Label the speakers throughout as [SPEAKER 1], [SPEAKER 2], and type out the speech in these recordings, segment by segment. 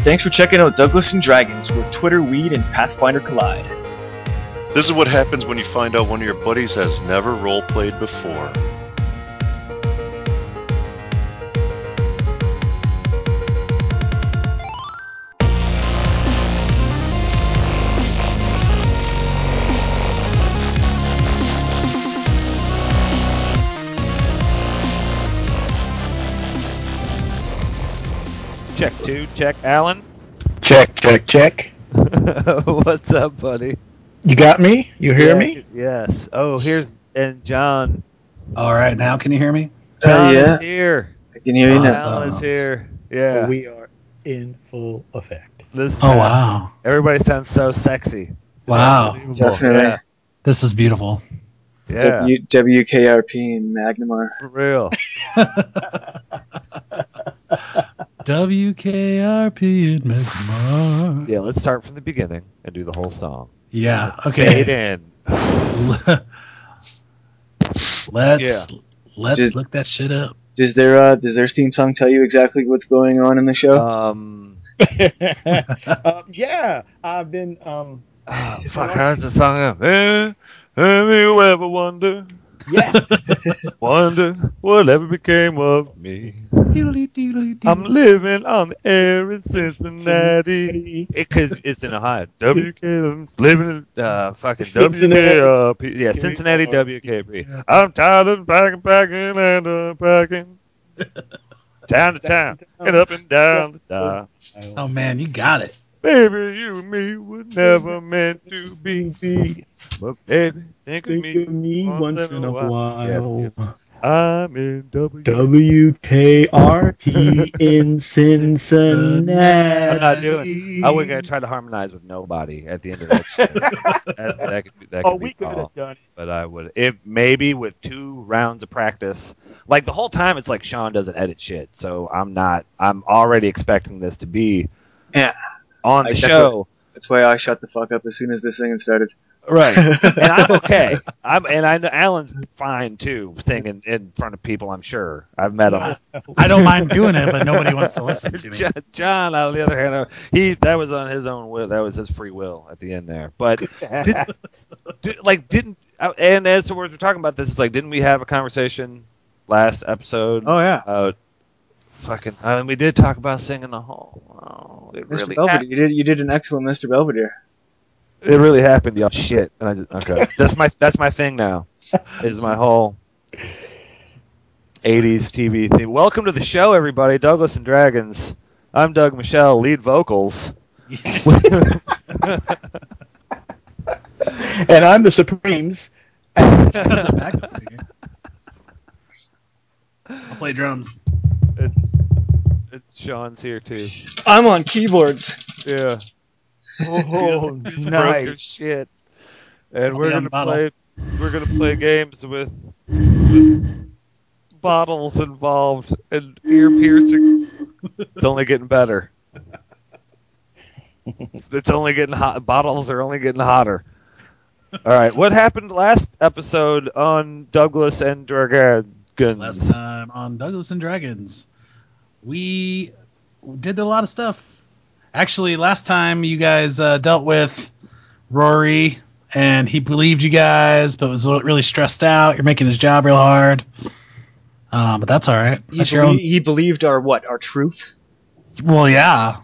[SPEAKER 1] Thanks for checking out Douglas and Dragons, where Twitter, Weed, and Pathfinder collide.
[SPEAKER 2] This is what happens when you find out one of your buddies has never role played before.
[SPEAKER 3] Check two, check Alan.
[SPEAKER 4] Check, check, check.
[SPEAKER 3] What's up, buddy?
[SPEAKER 4] You got me? You hear
[SPEAKER 3] Yeah,
[SPEAKER 4] me?
[SPEAKER 3] Yes. Oh, here's and John.
[SPEAKER 5] All right, now can you hear me?
[SPEAKER 1] Hell
[SPEAKER 3] John
[SPEAKER 1] Uh, yeah.
[SPEAKER 3] is here.
[SPEAKER 1] I can hear you now.
[SPEAKER 5] Awesome.
[SPEAKER 3] Alan is here. Yeah.
[SPEAKER 4] We are in full effect.
[SPEAKER 3] this.
[SPEAKER 5] Oh wow,
[SPEAKER 3] Everybody sounds so sexy.
[SPEAKER 5] wow,
[SPEAKER 3] It's unbelievable.
[SPEAKER 1] Definitely.
[SPEAKER 3] Yeah.
[SPEAKER 5] this is beautiful.
[SPEAKER 3] Yeah.
[SPEAKER 1] W- WKRP and Magnum are.
[SPEAKER 3] for real.
[SPEAKER 5] WKRP in Megamar.
[SPEAKER 3] Yeah. Let's start from the beginning and do the whole song.
[SPEAKER 5] Yeah.
[SPEAKER 3] Fade
[SPEAKER 5] Okay.
[SPEAKER 3] in.
[SPEAKER 5] let's let's
[SPEAKER 1] Did-
[SPEAKER 5] look that shit up.
[SPEAKER 1] Does their uh, does their theme song tell you exactly what's going on in the show?
[SPEAKER 5] Oh.
[SPEAKER 3] Um.
[SPEAKER 4] Uh, yeah, I've been. Um,
[SPEAKER 3] ah, fuck. How's the song? Go? Eh, Have you ever wonder,
[SPEAKER 4] yeah,
[SPEAKER 3] wonder what ever became of me? I'm living on the air in Cincinnati. Because it's in Ohio. WKM's living in uh, fucking
[SPEAKER 4] Cincinnati.
[SPEAKER 3] WKRP. Yeah, Cincinnati WKP. I'm tired of packing, packing, and unpacking. Town to town, and up and down the dial.
[SPEAKER 5] Oh man, you got it.
[SPEAKER 3] Baby, you and me were never meant to be. But baby, think of
[SPEAKER 4] think of
[SPEAKER 3] me.
[SPEAKER 4] me once in a while.
[SPEAKER 3] I'm in W.
[SPEAKER 4] WKRP in Cincinnati.
[SPEAKER 3] I'm not doing- I wasn't gonna try to harmonize with nobody at the end of that shit. That's, that could be, that could
[SPEAKER 4] Oh,
[SPEAKER 3] be
[SPEAKER 4] we could
[SPEAKER 3] foul.
[SPEAKER 4] have done it.
[SPEAKER 3] but I would if maybe with two rounds of practice. Like the whole time, it's like Sean doesn't edit shit, so I'm not. I'm already expecting this to be
[SPEAKER 1] Yeah.
[SPEAKER 3] on
[SPEAKER 1] I
[SPEAKER 3] the
[SPEAKER 1] guess
[SPEAKER 3] show,
[SPEAKER 1] That's why I shut the fuck up as soon as this singing started.
[SPEAKER 3] right? and I'm okay. I'm and I know Alan's fine too, singing in front of people. I'm sure I've met him.
[SPEAKER 5] I don't mind doing it, but nobody wants to listen to me.
[SPEAKER 3] Jo- John, on the other hand, uh, he that was on his own will. That was his free will at the end there. But did, did- like didn't uh, and as we're talking about this, it's like didn't we have a conversation last episode?
[SPEAKER 1] Oh yeah,
[SPEAKER 3] Uh, fucking. I mean, we did talk about singing the whole. Oh, it
[SPEAKER 1] Mr.
[SPEAKER 3] really.
[SPEAKER 1] Belvedere,
[SPEAKER 3] hap-
[SPEAKER 1] you did you did an excellent Mr. Belvedere.
[SPEAKER 3] it really happened, y'all. Shit. And I just, okay. that's my that's my thing now. Is my whole. 80s TV thing. Welcome to the show, everybody. Douglas and Dragons. I'm Doug Michelle, lead vocals.
[SPEAKER 4] And I'm the Supremes.
[SPEAKER 5] Backup singer. I'll play drums.
[SPEAKER 3] It's, it's Sean's here too.
[SPEAKER 1] I'm on keyboards.
[SPEAKER 3] Yeah.
[SPEAKER 4] Oh,
[SPEAKER 3] Just broke your shit. And
[SPEAKER 5] I'll
[SPEAKER 3] we're
[SPEAKER 5] be on
[SPEAKER 3] gonna
[SPEAKER 5] bottle.
[SPEAKER 3] play. We're gonna play games with, with bottles involved and ear piercing. it's only getting better. It's, it's only getting hot. Bottles are only getting hotter. All right. What happened last episode on Douglas and
[SPEAKER 5] Last
[SPEAKER 3] Dragons?
[SPEAKER 5] time on Douglas and Dragons, we did a lot of stuff. Actually, last time you guys uh, dealt with Rory, and he believed you guys, but was really stressed out. You're making his job real hard, uh, but that's all right.
[SPEAKER 1] He,
[SPEAKER 5] That's your
[SPEAKER 1] belie-
[SPEAKER 5] own-
[SPEAKER 1] he believed our what? Our truth.
[SPEAKER 5] Well, yeah,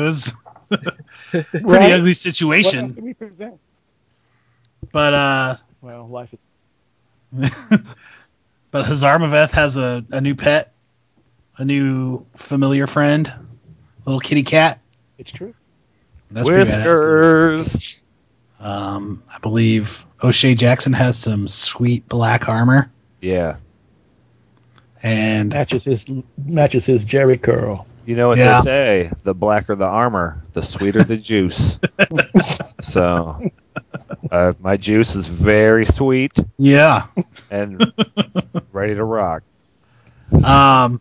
[SPEAKER 5] was pretty
[SPEAKER 4] Right?
[SPEAKER 5] ugly
[SPEAKER 4] What else
[SPEAKER 5] situation,
[SPEAKER 4] did we present?
[SPEAKER 5] but uh,
[SPEAKER 4] Well, life is.
[SPEAKER 5] But Hazarmaveth has a, a new pet, a new familiar friend, little kitty cat.
[SPEAKER 4] It's true.
[SPEAKER 5] That's pretty badass.
[SPEAKER 3] Whiskers.
[SPEAKER 5] Um, I believe O'Shea Jackson has some sweet black armor,
[SPEAKER 3] Yeah.
[SPEAKER 5] and
[SPEAKER 4] Matches his matches his Jerry curl.
[SPEAKER 3] You know what
[SPEAKER 5] Yeah.
[SPEAKER 3] they say: the blacker the armor, the sweeter the juice. so, uh, my juice is very sweet
[SPEAKER 5] yeah,
[SPEAKER 3] and ready to rock.
[SPEAKER 5] um,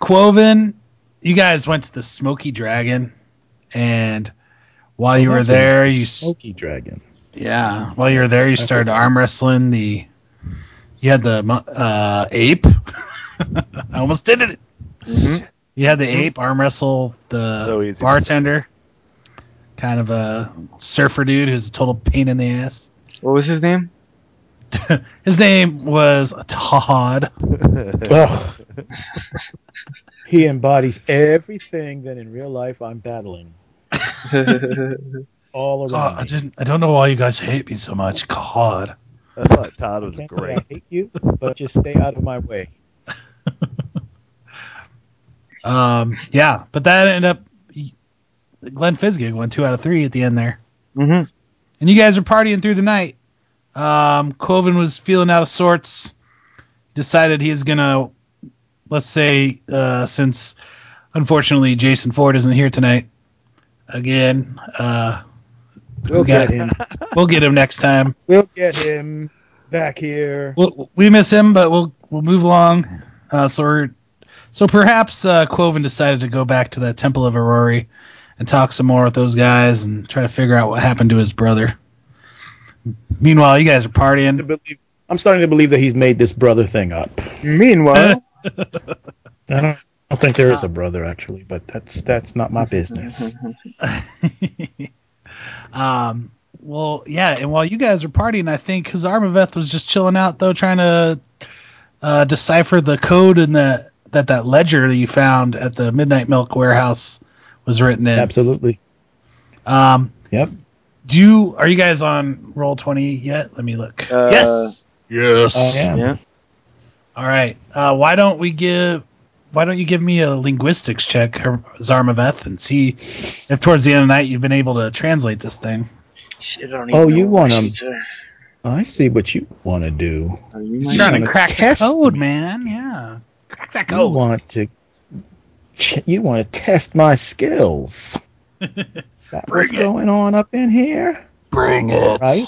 [SPEAKER 5] Quoven, you guys went to the Smoky Dragon, and while you were
[SPEAKER 4] Oh, That's what
[SPEAKER 5] there,
[SPEAKER 4] it is.
[SPEAKER 5] you s-
[SPEAKER 4] smoky dragon.
[SPEAKER 5] Yeah, while you were there, you started arm wrestling the. You had the mo- uh, ape. I almost did it. You had the ape arm wrestle the
[SPEAKER 3] Mm-hmm. So easy to
[SPEAKER 5] bartender, kind of a surfer dude who's a total pain in the ass.
[SPEAKER 1] What was his name?
[SPEAKER 5] His name was Todd.
[SPEAKER 4] Ugh. he embodies everything that in real life I'm battling all around.
[SPEAKER 5] God, Oh, I
[SPEAKER 4] me.
[SPEAKER 5] didn't. I don't know why you guys hate me so much. God.
[SPEAKER 6] I thought Todd was
[SPEAKER 4] Can't say
[SPEAKER 6] great.
[SPEAKER 4] I hate you, but just stay out of my way.
[SPEAKER 5] Um. Yeah, but that ended up. Glenn Fizgig won two out of three at the end there.
[SPEAKER 1] mm-hmm.
[SPEAKER 5] and you guys were partying through the night. Um, Cloven was feeling out of sorts. Decided he is gonna, let's say, uh, since unfortunately Jason Ford isn't here tonight again. Uh, we'll get him. We'll get him next time.
[SPEAKER 4] We'll get him back here.
[SPEAKER 5] We'll, we miss him, but we'll we'll move along. Uh, so we're, so perhaps uh, Quoven decided to go back to the Temple of Aurori and talk some more with those guys and try to figure out what happened to his brother. Meanwhile, you guys are partying.
[SPEAKER 4] I believe- I'm starting to believe that he's made this brother thing up.
[SPEAKER 1] Meanwhile,
[SPEAKER 4] I don't, I don't think there is a brother actually, but that's that's not my business.
[SPEAKER 5] Um, well, yeah, and while you guys were partying, I think because Armaveth was just chilling out though, trying to uh, decipher the code in the that that ledger that you found at the Midnight Milk warehouse was written in.
[SPEAKER 4] Absolutely.
[SPEAKER 5] Um,
[SPEAKER 4] Yep.
[SPEAKER 5] do you, are you guys on roll twenty yet? Let me look.
[SPEAKER 1] Uh,
[SPEAKER 5] yes. Yes.
[SPEAKER 4] I am.
[SPEAKER 1] yeah.
[SPEAKER 5] All right. Uh, why don't we give? Why don't you give me a linguistics check, Her- Zarmaveth, and see if towards the end of the night you've been able to translate this thing.
[SPEAKER 1] Shit, I don't
[SPEAKER 4] Oh,
[SPEAKER 1] even know
[SPEAKER 4] you
[SPEAKER 1] where
[SPEAKER 4] want
[SPEAKER 1] my
[SPEAKER 4] him.
[SPEAKER 1] sheets are.
[SPEAKER 4] I see what you want to do.
[SPEAKER 1] Are Oh, you
[SPEAKER 5] You're
[SPEAKER 1] my-
[SPEAKER 5] trying to
[SPEAKER 4] gonna
[SPEAKER 5] crack the
[SPEAKER 4] test
[SPEAKER 5] code,
[SPEAKER 4] me.
[SPEAKER 5] man. Yeah, crack that
[SPEAKER 4] You
[SPEAKER 5] code.
[SPEAKER 4] want to ch- you want to test my skills. is that what's
[SPEAKER 5] Bring it.
[SPEAKER 4] going on up in here?
[SPEAKER 5] Bring it.
[SPEAKER 4] Right?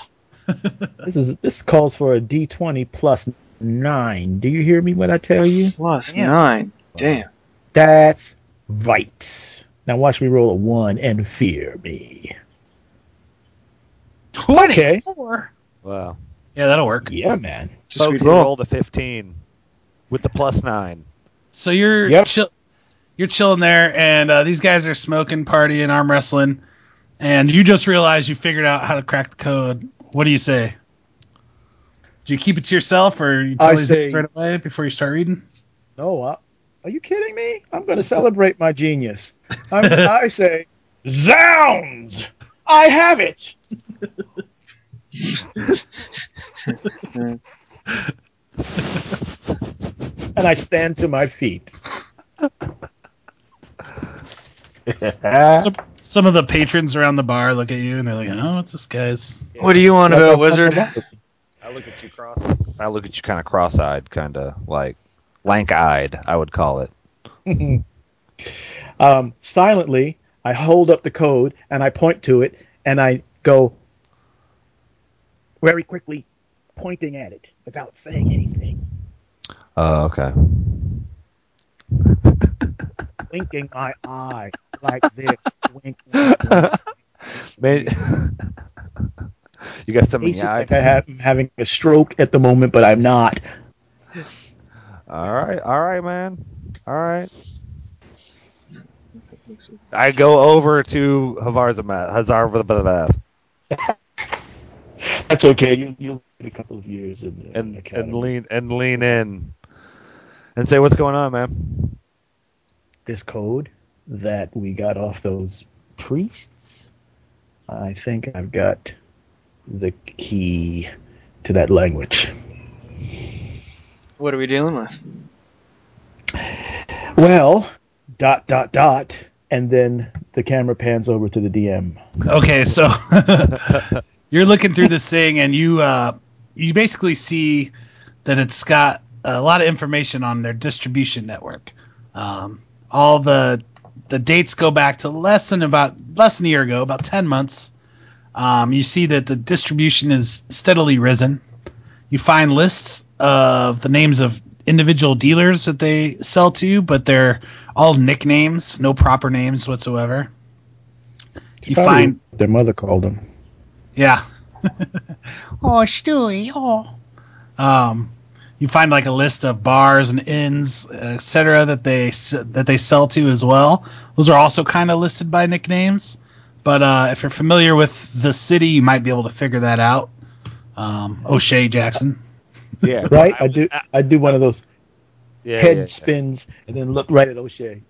[SPEAKER 4] this is this calls for a D20 plus 9. Do you hear me when I tell you?
[SPEAKER 1] Plus
[SPEAKER 5] Damn.
[SPEAKER 1] nine. Damn.
[SPEAKER 4] That's right. Now watch me roll a 1 and fear me. Okay.
[SPEAKER 5] Twenty-four.
[SPEAKER 3] Wow.
[SPEAKER 5] Yeah, that'll work.
[SPEAKER 4] Yeah, man.
[SPEAKER 1] Just
[SPEAKER 3] Folks,
[SPEAKER 1] we
[SPEAKER 3] he
[SPEAKER 1] roll.
[SPEAKER 3] rolled a 15 with the plus 9.
[SPEAKER 5] So you're
[SPEAKER 4] Yep.
[SPEAKER 5] chill, you're chilling there, and uh, these guys are smoking, partying, arm wrestling, and you just realize you figured out how to crack the code. What do you say? Do you keep it to yourself, or you tell
[SPEAKER 4] I
[SPEAKER 5] these
[SPEAKER 4] say-
[SPEAKER 5] guys right away before you start reading?
[SPEAKER 4] No, I, are you kidding me? I'm going to celebrate my genius. I'm, I say, zounds! I have it. and I stand to my feet.
[SPEAKER 5] Some, some of the patrons around the bar look at you, and they're like, "Oh, what's this guy's?"
[SPEAKER 1] What are you on about, wizard?
[SPEAKER 3] I look at you cross. I look at you kind of cross-eyed, kind of like lank-eyed. I would call it.
[SPEAKER 4] Um, silently, I hold up the code and I point to it and I go very quickly pointing at it without saying anything,
[SPEAKER 3] Oh, okay.
[SPEAKER 4] winking my eye like this. wink, wink, wink.
[SPEAKER 3] May- you got something in
[SPEAKER 4] Basically,
[SPEAKER 3] your eye?
[SPEAKER 4] like I have, I'm having a stroke at the moment, but I'm not.
[SPEAKER 3] All right, all right, man. All right. I go over to Havarzamat. Hazar
[SPEAKER 4] That's okay. You, you'll get a couple of years in the
[SPEAKER 3] and and
[SPEAKER 4] academy.
[SPEAKER 3] lean and lean in and say what's going on, man.
[SPEAKER 7] this code that we got off those priests. I think I've got.
[SPEAKER 4] the key to that language.
[SPEAKER 1] What are we dealing with?
[SPEAKER 4] Well, dot dot dot, and then the camera pans over to the DM.
[SPEAKER 5] Okay, so you're looking through this thing, and you uh, you basically see that it's got a lot of information on their distribution network. Um, all the the dates go back to less than about less than a year ago, about ten months. Um, you see that the distribution is steadily risen. You find lists of the names of individual dealers that they sell to, but they're all nicknames, no proper names whatsoever. You
[SPEAKER 4] Probably
[SPEAKER 5] find
[SPEAKER 4] their mother called them.
[SPEAKER 5] yeah. oh, Stewie. Oh. Um, you find like a list of bars and inns, etc. that they s- that they sell to as well. Those are also kind of listed by nicknames. But uh, if you're familiar with the city, you might be able to figure that out. Um, O'Shea Jackson.
[SPEAKER 3] Yeah.
[SPEAKER 4] Right? I do.
[SPEAKER 7] uh,
[SPEAKER 4] I do one of those
[SPEAKER 3] Yeah,
[SPEAKER 4] head
[SPEAKER 3] yeah, yeah.
[SPEAKER 4] spins and then look right at O'Shea.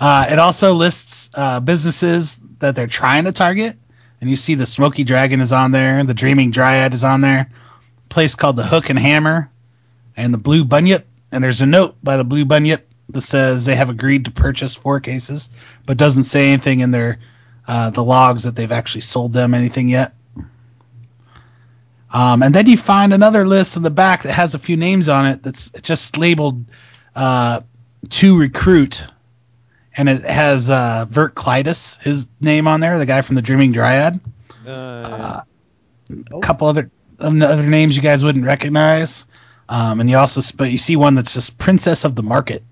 [SPEAKER 5] Uh, it also lists uh, businesses that they're trying to target, and you see the Smoky Dragon is on there, the Dreaming Dryad is on there, a place called the Hook and Hammer, and the Blue Bunyip. And there's a note by the Blue Bunyip that says they have agreed to purchase four cases, but doesn't say anything in their uh, the logs that they've actually sold them anything yet. Um, and then you find another list in the back that has a few names on it that's just labeled uh, to recruit and it has uh, Vert Clytus, his name on there, the guy from the Dreaming Dryad.
[SPEAKER 3] Uh,
[SPEAKER 5] A couple other um, other names you guys wouldn't recognize, um, and you also s- but you see one that's just Princess of the Market.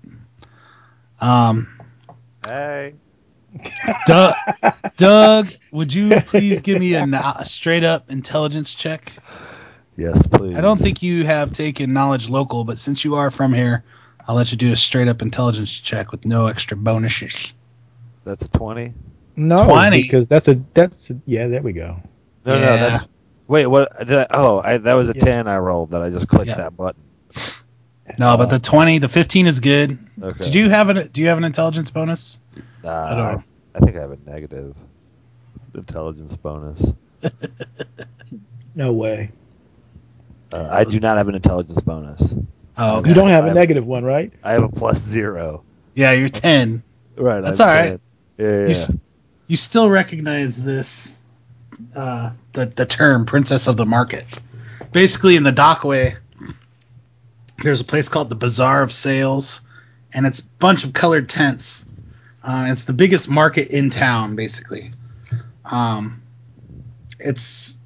[SPEAKER 5] Um,
[SPEAKER 3] hey.
[SPEAKER 5] Doug, Doug, would you please give me a, no- a straight up intelligence check?
[SPEAKER 3] Yes, please.
[SPEAKER 5] I don't think you have taken knowledge local, but since you are from here, I'll let you do a straight up intelligence check with no extra bonuses.
[SPEAKER 3] that's a twenty.
[SPEAKER 4] No,
[SPEAKER 5] 20.
[SPEAKER 4] because that's a that's a, yeah. There we go.
[SPEAKER 3] No,
[SPEAKER 5] Yeah.
[SPEAKER 3] no, that's. Wait, what did I? Oh, I, that was a
[SPEAKER 4] Yeah.
[SPEAKER 3] ten I rolled that I just clicked
[SPEAKER 5] Yeah.
[SPEAKER 3] that button.
[SPEAKER 5] No, but the twenty, the fifteen is good.
[SPEAKER 3] Okay.
[SPEAKER 5] Did you have an Do you have an intelligence bonus?
[SPEAKER 3] Nah,
[SPEAKER 5] I don't know.
[SPEAKER 3] I think I have a negative intelligence bonus.
[SPEAKER 4] No way.
[SPEAKER 3] Uh, I do not have an intelligence bonus.
[SPEAKER 5] Oh,
[SPEAKER 3] okay.
[SPEAKER 4] You don't have a
[SPEAKER 3] I-
[SPEAKER 4] negative one, right?
[SPEAKER 3] I have a plus zero.
[SPEAKER 5] yeah, you're ten.
[SPEAKER 3] Right.
[SPEAKER 5] That's
[SPEAKER 3] I'm
[SPEAKER 5] all right.
[SPEAKER 3] saying- Yeah. yeah,
[SPEAKER 5] You, s- you still recognize this uh, the the term "princess of the market." Basically, in the dockway, there's a place called the Bazaar of Sales, and it's a bunch of colored tents. Uh, it's the biggest market in town, basically. Um, it's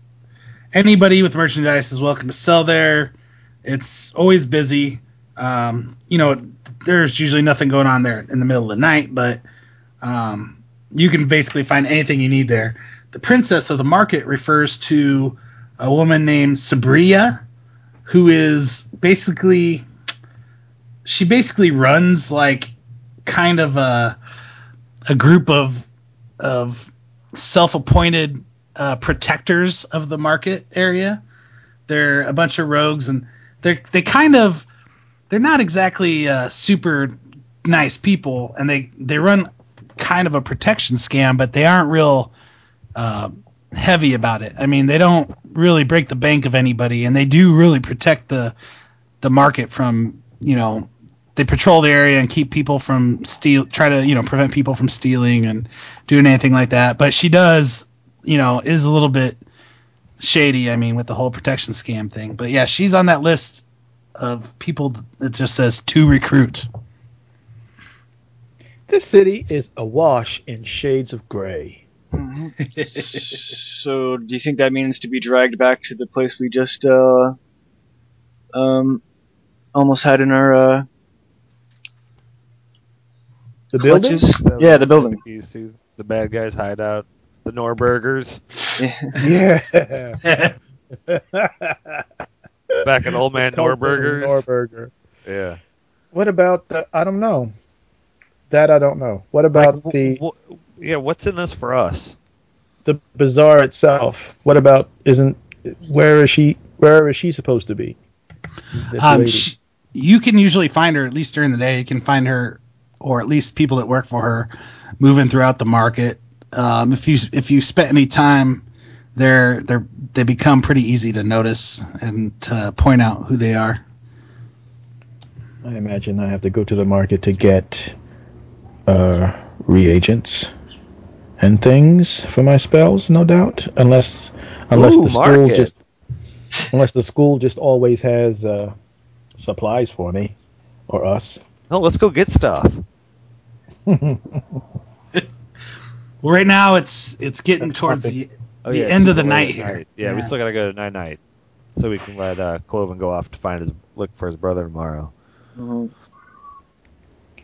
[SPEAKER 5] anybody with merchandise is welcome to sell there. It's always busy. Um, you know, there's usually nothing going on there in the middle of the night, but um, you can basically find anything you need there. The princess of the market refers to a woman named Sabria, who is basically she basically runs like kind of a a group of of self-appointed uh, protectors of the market area. They're a bunch of rogues, and they they kind of they're not exactly uh, super nice people, and they they run kind of a protection scam, but they aren't real uh, heavy about it. I mean, they don't really break the bank of anybody, and they do really protect the the market from you know they patrol the area and keep people from steal, try to you know prevent people from stealing and doing anything like that. But she does, you know, is a little bit shady. I mean, with the whole protection scam thing. But yeah, she's on that list of people that just says to recruit.
[SPEAKER 4] This city is awash in shades of gray.
[SPEAKER 1] so, do you think that means to be dragged back to the place we just uh, um, almost had in our uh,
[SPEAKER 4] The building.
[SPEAKER 1] clutches? Yeah, the building.
[SPEAKER 3] Keys to the bad guys' hideout. The Norbergers
[SPEAKER 4] Yeah.
[SPEAKER 3] back at Old Man Norbergers.
[SPEAKER 4] Norburgers.
[SPEAKER 3] yeah.
[SPEAKER 4] What about the? I don't know. That I don't know. What about
[SPEAKER 3] Like,
[SPEAKER 4] the
[SPEAKER 3] wh- wh- yeah, what's in this for us?
[SPEAKER 4] the bazaar itself? What about isn't? Where is she? Where is she supposed to be? This
[SPEAKER 5] Um,
[SPEAKER 4] lady.
[SPEAKER 5] sh you can usually find her at least during the day. You can find her, or at least people that work for her, moving throughout the market. Um, if you if you spent any time there, they're they become pretty easy to notice and to point out who they are.
[SPEAKER 4] I imagine I have to go to the market to get uh, reagents and things for my spells, no doubt. Unless, unless
[SPEAKER 3] Ooh,
[SPEAKER 4] the school
[SPEAKER 3] market.
[SPEAKER 4] just, unless the school just always has uh, supplies for me or us.
[SPEAKER 3] No, let's go get stuff.
[SPEAKER 5] Well, right now it's it's getting towards the
[SPEAKER 3] Oh,
[SPEAKER 5] The
[SPEAKER 3] yeah, it's
[SPEAKER 5] end of the
[SPEAKER 3] late
[SPEAKER 5] night
[SPEAKER 3] at
[SPEAKER 5] here.
[SPEAKER 3] Yeah, we
[SPEAKER 5] Yeah.
[SPEAKER 3] still gotta go to night night, so we can let uh, Cloven go off to find his look for his brother tomorrow.
[SPEAKER 1] Mhm.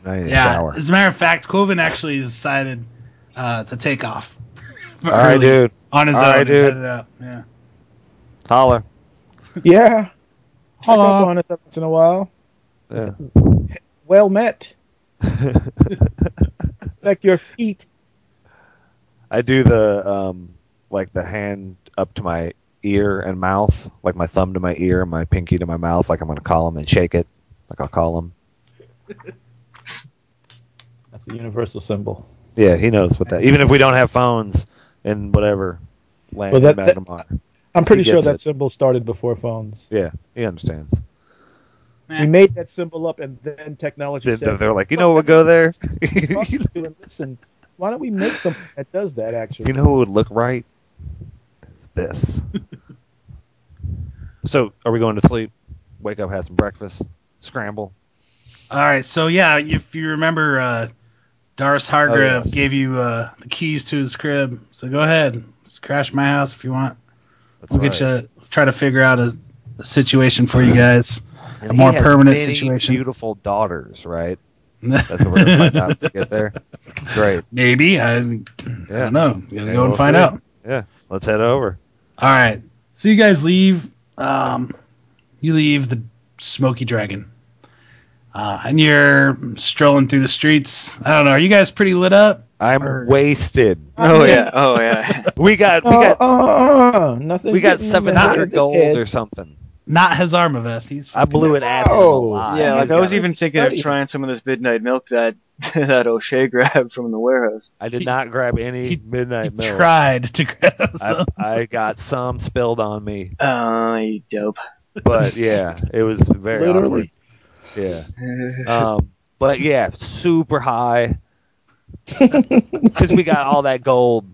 [SPEAKER 3] I need a
[SPEAKER 5] yeah.
[SPEAKER 3] shower.
[SPEAKER 5] As a matter of fact, Coven actually decided uh, to take off.
[SPEAKER 3] All right,
[SPEAKER 5] early
[SPEAKER 3] dude.
[SPEAKER 5] On his
[SPEAKER 3] All
[SPEAKER 5] own.
[SPEAKER 3] right,
[SPEAKER 5] and
[SPEAKER 3] dude.
[SPEAKER 5] headed out. Yeah.
[SPEAKER 3] Holler.
[SPEAKER 4] Yeah. Check
[SPEAKER 5] Hello.
[SPEAKER 4] up on us every once in a while.
[SPEAKER 3] Yeah.
[SPEAKER 4] Well met. Check your feet.
[SPEAKER 3] I do the um, like the hand up to my ear and mouth, like my thumb to my ear and my pinky to my mouth, like I'm gonna call him and shake it, like I'll call him.
[SPEAKER 4] That's a universal symbol.
[SPEAKER 3] Yeah, he knows what that. Even if we don't have phones and whatever, land
[SPEAKER 4] Well, that- that-
[SPEAKER 3] Magnemar.
[SPEAKER 4] I'm pretty
[SPEAKER 3] He
[SPEAKER 4] sure
[SPEAKER 3] gets
[SPEAKER 4] that
[SPEAKER 3] it.
[SPEAKER 4] symbol started before phones.
[SPEAKER 3] Yeah, he understands.
[SPEAKER 5] Eh.
[SPEAKER 4] We made that symbol up, and then technology
[SPEAKER 3] They,
[SPEAKER 4] said,
[SPEAKER 3] they're like, you know, we'll go there.
[SPEAKER 4] "Talk
[SPEAKER 3] you
[SPEAKER 4] to and listen." Why don't we make something that does that? Actually,
[SPEAKER 3] know, what would look right. It's this. so, are we going to sleep? Wake up, have some breakfast, scramble.
[SPEAKER 5] All right, so yeah, if you remember, uh, Doris Hargrave
[SPEAKER 3] Oh, yes.
[SPEAKER 5] gave you uh, the keys to his crib. So go ahead, let's crash my house if you want.
[SPEAKER 3] That's
[SPEAKER 5] We'll
[SPEAKER 3] right.
[SPEAKER 5] get you. Let's try to figure out a, a situation for you guys.
[SPEAKER 3] And
[SPEAKER 5] a
[SPEAKER 3] he
[SPEAKER 5] more
[SPEAKER 3] has
[SPEAKER 5] permanent
[SPEAKER 3] many
[SPEAKER 5] situation.
[SPEAKER 3] Beautiful daughters, right? That's what we're gonna find out when we get there. Great.
[SPEAKER 5] Maybe I, I
[SPEAKER 3] Yeah.
[SPEAKER 5] don't know. You gotta
[SPEAKER 3] Yeah,
[SPEAKER 5] go and
[SPEAKER 3] we'll
[SPEAKER 5] find
[SPEAKER 3] see.
[SPEAKER 5] out.
[SPEAKER 3] Yeah. Let's head over.
[SPEAKER 5] All right. So you guys leave. Um, you leave the Smoky Dragon, uh, and you're strolling through the streets. I don't know. Are you guys pretty lit up?
[SPEAKER 3] I'm
[SPEAKER 5] Or-
[SPEAKER 3] wasted.
[SPEAKER 1] Oh yeah. Oh yeah.
[SPEAKER 3] We got we
[SPEAKER 4] Oh,
[SPEAKER 3] got
[SPEAKER 4] oh, oh, nothing.
[SPEAKER 3] we got
[SPEAKER 4] getting in the
[SPEAKER 3] seven
[SPEAKER 4] head
[SPEAKER 3] hundred
[SPEAKER 4] of this
[SPEAKER 3] gold
[SPEAKER 4] head.
[SPEAKER 3] or something.
[SPEAKER 5] Not Hazar Maveth. He's
[SPEAKER 3] I blew it at him a
[SPEAKER 4] No.
[SPEAKER 3] lot.
[SPEAKER 1] yeah,
[SPEAKER 3] Ah, He's
[SPEAKER 1] like I
[SPEAKER 3] got
[SPEAKER 1] was
[SPEAKER 3] it.
[SPEAKER 1] even thinking of
[SPEAKER 4] study.
[SPEAKER 1] trying some of this midnight milk that that O'Shea grabbed from the warehouse.
[SPEAKER 3] I did not grab any
[SPEAKER 5] He-
[SPEAKER 3] midnight milk.
[SPEAKER 5] tried to grab
[SPEAKER 3] I,
[SPEAKER 5] some.
[SPEAKER 3] I got some spilled on me,
[SPEAKER 1] Uh, you dope.
[SPEAKER 3] but yeah, it was very
[SPEAKER 4] Literally.
[SPEAKER 3] awkward. Yeah, um, but yeah, super high because we got all that gold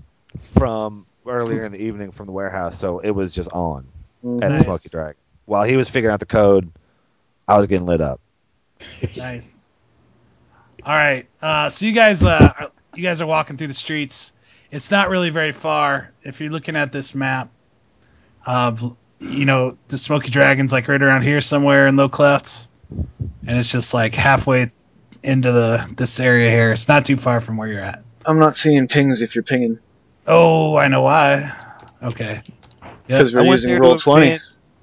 [SPEAKER 3] from earlier in the evening from the warehouse, so it was just on at
[SPEAKER 5] Nice.
[SPEAKER 3] the Smoky Dragon. While he was figuring out the code, I was getting lit up.
[SPEAKER 5] Nice. All right. Uh, so you guys, uh, are- you guys are walking through the streets. It's not really very far. If you're looking at this map of, you know, the Smoky Dragon's like right around here somewhere in Low Clefts, and it's just like halfway into the this area here. It's not too far from where you're at.
[SPEAKER 1] I'm not seeing pings if you're pinging
[SPEAKER 5] Oh, I know why. Okay. Yep.
[SPEAKER 1] because
[SPEAKER 3] I
[SPEAKER 1] we're
[SPEAKER 3] went
[SPEAKER 1] using
[SPEAKER 3] there to
[SPEAKER 1] roll
[SPEAKER 3] have
[SPEAKER 1] twenty.
[SPEAKER 3] been-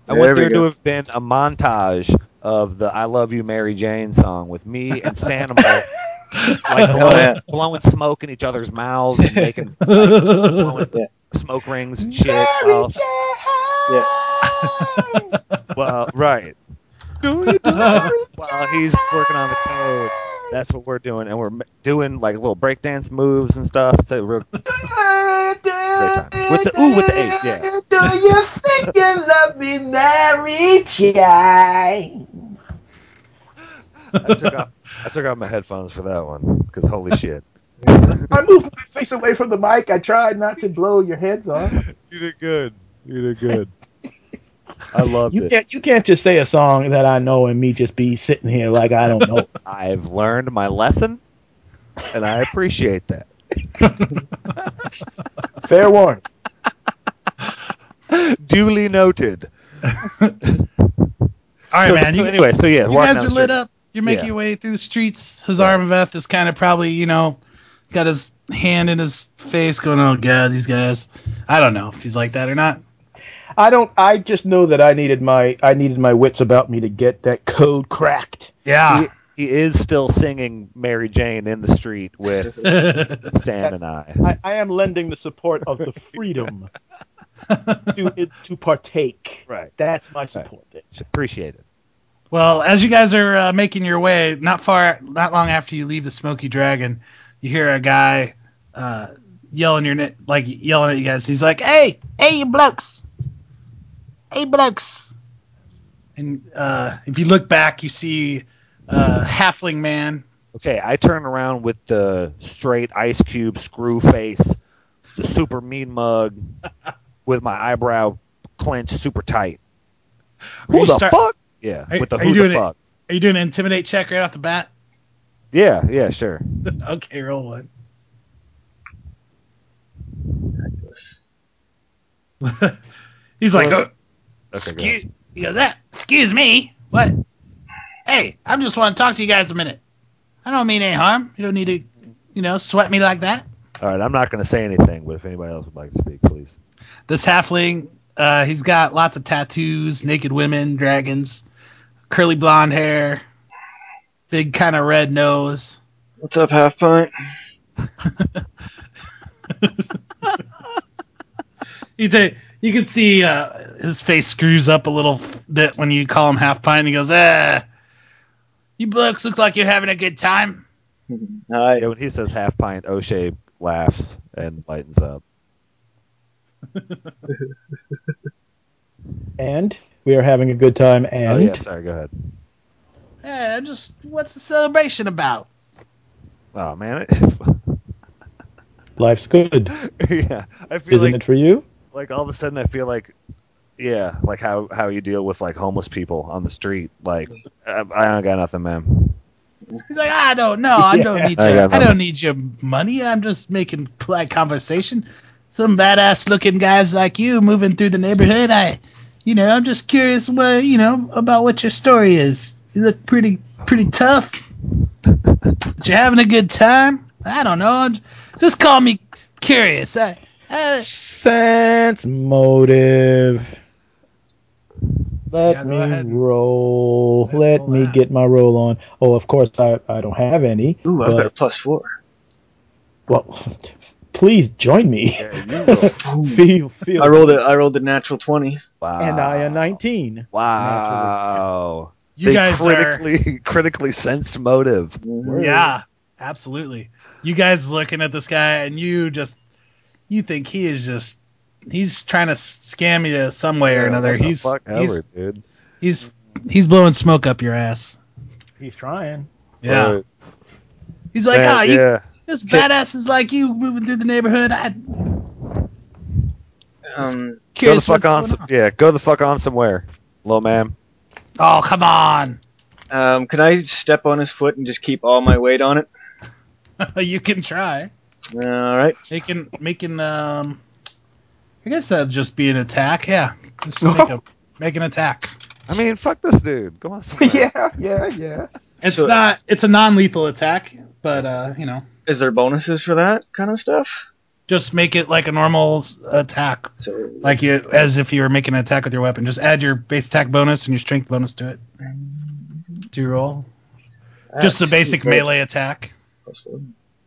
[SPEAKER 3] I want
[SPEAKER 1] There we
[SPEAKER 3] there to
[SPEAKER 1] go.
[SPEAKER 3] have been a montage of the "I Love You, Mary Jane" song with me and Stanimal, like blowing,
[SPEAKER 1] yeah.
[SPEAKER 3] blowing smoke in each other's mouths, and making blowing
[SPEAKER 1] Yeah.
[SPEAKER 3] smoke rings and shit. while-
[SPEAKER 1] Yeah.
[SPEAKER 3] well, right. While he's working on the code, that's what we're doing, and we're m- doing like little breakdance moves and stuff. It's a real great time with the ooh with the eight, yeah.
[SPEAKER 6] Do you think you love me, Mary Jane?
[SPEAKER 3] I took off, I took off my headphones for that one because holy shit,
[SPEAKER 6] I moved my face away from the mic. I tried not to blow your heads off.
[SPEAKER 3] you did good, you did good. I loved
[SPEAKER 4] You
[SPEAKER 3] it.
[SPEAKER 4] can't. You can't just say a song that I know and me just be sitting here like I don't know.
[SPEAKER 3] I've learned my lesson, and I appreciate that.
[SPEAKER 4] Fair warning.
[SPEAKER 3] Duly noted.
[SPEAKER 5] All right,
[SPEAKER 3] so,
[SPEAKER 5] man.
[SPEAKER 3] so
[SPEAKER 5] you,
[SPEAKER 3] anyway, so yeah,
[SPEAKER 5] you
[SPEAKER 3] walking
[SPEAKER 5] guys
[SPEAKER 3] down
[SPEAKER 5] are
[SPEAKER 3] the street.
[SPEAKER 5] lit up. You're making
[SPEAKER 3] Yeah.
[SPEAKER 5] your way through the streets. Hazar Maveth is kind of probably, you know, got his hand in his face going, oh, God, these guys. I don't know if he's like that or not.
[SPEAKER 4] I don't. I just know that I needed my. I needed my wits about me to get that code cracked.
[SPEAKER 5] Yeah.
[SPEAKER 3] He is still singing Mary Jane in the street with Stan and I.
[SPEAKER 4] I, I am lending the support of the freedom to it, to partake.
[SPEAKER 3] Right.
[SPEAKER 4] That's my support.
[SPEAKER 3] Appreciate it.
[SPEAKER 5] well, as you guys are uh, making your way, not far, not long after you leave the Smoky Dragon, you hear a guy uh, yelling your ni- like yelling at you guys. He's like, "Hey, hey, you blokes! Hey, blokes!" And uh, if you look back, you see uh, halfling man
[SPEAKER 3] Okay, I turn around with the straight ice cube screw face, the super mean mug, with my eyebrow clenched super tight.
[SPEAKER 5] Are you
[SPEAKER 3] Who the
[SPEAKER 5] start-
[SPEAKER 3] fuck? Yeah,
[SPEAKER 5] Are-
[SPEAKER 3] with the
[SPEAKER 5] are you
[SPEAKER 3] who
[SPEAKER 5] doing
[SPEAKER 3] the
[SPEAKER 5] it-
[SPEAKER 3] fuck.
[SPEAKER 5] Are you doing an intimidate check right off the bat?
[SPEAKER 3] Yeah, yeah, sure.
[SPEAKER 5] okay, roll one. He's like,
[SPEAKER 3] Well,
[SPEAKER 5] oh,
[SPEAKER 3] Okay, go
[SPEAKER 5] excuse, he goes, "Ah, excuse me. What? Hey, I just want to talk to you guys a minute. I don't mean any harm. You don't need to, you know, sweat me like that.
[SPEAKER 3] All right, I'm not going to say anything, but if anybody else would like to speak, please.
[SPEAKER 5] This halfling Uh, he's got lots of tattoos, naked women, dragons, curly blonde hair, big kind of red nose.
[SPEAKER 1] What's up, half pint?
[SPEAKER 5] You ta- you can see uh, his face screws up a little f- bit when you call him half pint. He goes, "Ah, you blokes look like you're having a good time."
[SPEAKER 3] Yeah,
[SPEAKER 1] Hi.
[SPEAKER 3] when he says half pint, O'Shea laughs and lightens up.
[SPEAKER 4] And we are having a good time. And
[SPEAKER 3] Oh yeah, sorry. Go ahead.
[SPEAKER 5] Yeah, "Eh, just what's the celebration about?
[SPEAKER 3] Oh man,
[SPEAKER 4] life's good,
[SPEAKER 3] yeah. I feel
[SPEAKER 4] isn't
[SPEAKER 3] like
[SPEAKER 4] it for you?
[SPEAKER 3] like all of a sudden I feel like yeah, like how how you deal with like homeless people on the street. Like I, I don't got nothing, man.
[SPEAKER 5] He's like, I don't know. I don't need
[SPEAKER 3] I
[SPEAKER 5] your,
[SPEAKER 3] got
[SPEAKER 5] I,
[SPEAKER 3] nothing.
[SPEAKER 5] don't need your money. I'm just making polite conversation. Some badass looking guys like you moving through the neighborhood. I, you know, I'm just curious what you know about what your story is. You look pretty pretty tough. But you having a good time? I don't know. I'm- Just call me curious. I, I,
[SPEAKER 4] Sense motive. Let
[SPEAKER 5] Yeah, go ahead
[SPEAKER 4] me
[SPEAKER 5] and-
[SPEAKER 4] roll.
[SPEAKER 5] and
[SPEAKER 4] Let
[SPEAKER 5] roll
[SPEAKER 4] me
[SPEAKER 5] that.
[SPEAKER 4] get my roll on. Oh, of course, I, I don't have any.
[SPEAKER 1] Ooh, I've got a
[SPEAKER 4] but,
[SPEAKER 1] plus four.
[SPEAKER 4] well, please join me.
[SPEAKER 2] Yeah, you roll.
[SPEAKER 4] feel, feel.
[SPEAKER 1] I rolled it. I rolled a natural twenty.
[SPEAKER 3] Wow.
[SPEAKER 4] And I a 19.
[SPEAKER 3] Wow.
[SPEAKER 5] you
[SPEAKER 3] they
[SPEAKER 5] guys are
[SPEAKER 3] critically critically sensed motive.
[SPEAKER 5] Mm-hmm.
[SPEAKER 4] Word.
[SPEAKER 5] Yeah, absolutely. You guys looking at this guy and you just you think he is just he's trying to s- scam you some way or
[SPEAKER 2] Yeah,
[SPEAKER 5] another.
[SPEAKER 2] what the
[SPEAKER 5] He's
[SPEAKER 2] fuck
[SPEAKER 5] he's,
[SPEAKER 3] Ever, dude.
[SPEAKER 5] he's he's blowing smoke up your ass.
[SPEAKER 4] He's trying.
[SPEAKER 5] Yeah.
[SPEAKER 3] Right.
[SPEAKER 5] He's like,
[SPEAKER 3] Man,
[SPEAKER 5] ah, you,
[SPEAKER 3] yeah.
[SPEAKER 5] this badass is like you moving through the neighborhood. I
[SPEAKER 1] Um,
[SPEAKER 3] Go the
[SPEAKER 5] curious
[SPEAKER 3] fuck
[SPEAKER 5] what's
[SPEAKER 3] on,
[SPEAKER 5] going
[SPEAKER 3] some, yeah. Go the fuck on somewhere, little man.
[SPEAKER 5] on. Oh, come on.
[SPEAKER 1] um, can I step on his foot and just keep all my weight on it?
[SPEAKER 5] you can try.
[SPEAKER 1] All right.
[SPEAKER 5] Making making um I guess that'd just be an attack. Yeah. Just make a make an attack.
[SPEAKER 3] I mean, fuck this dude. Go on somewhere.
[SPEAKER 4] yeah, yeah.
[SPEAKER 5] It's
[SPEAKER 1] So-
[SPEAKER 5] not. It's a non-lethal attack, but uh, you know,
[SPEAKER 1] Is there bonuses for that kind of stuff?
[SPEAKER 5] just make it like a normal s- attack,
[SPEAKER 1] So
[SPEAKER 5] like you as if you were making an attack with your weapon. Just add your base attack bonus and your strength bonus to it. Do you roll? Just the
[SPEAKER 1] that's-
[SPEAKER 5] basic
[SPEAKER 1] that's right.
[SPEAKER 5] melee attack.
[SPEAKER 1] Plus four.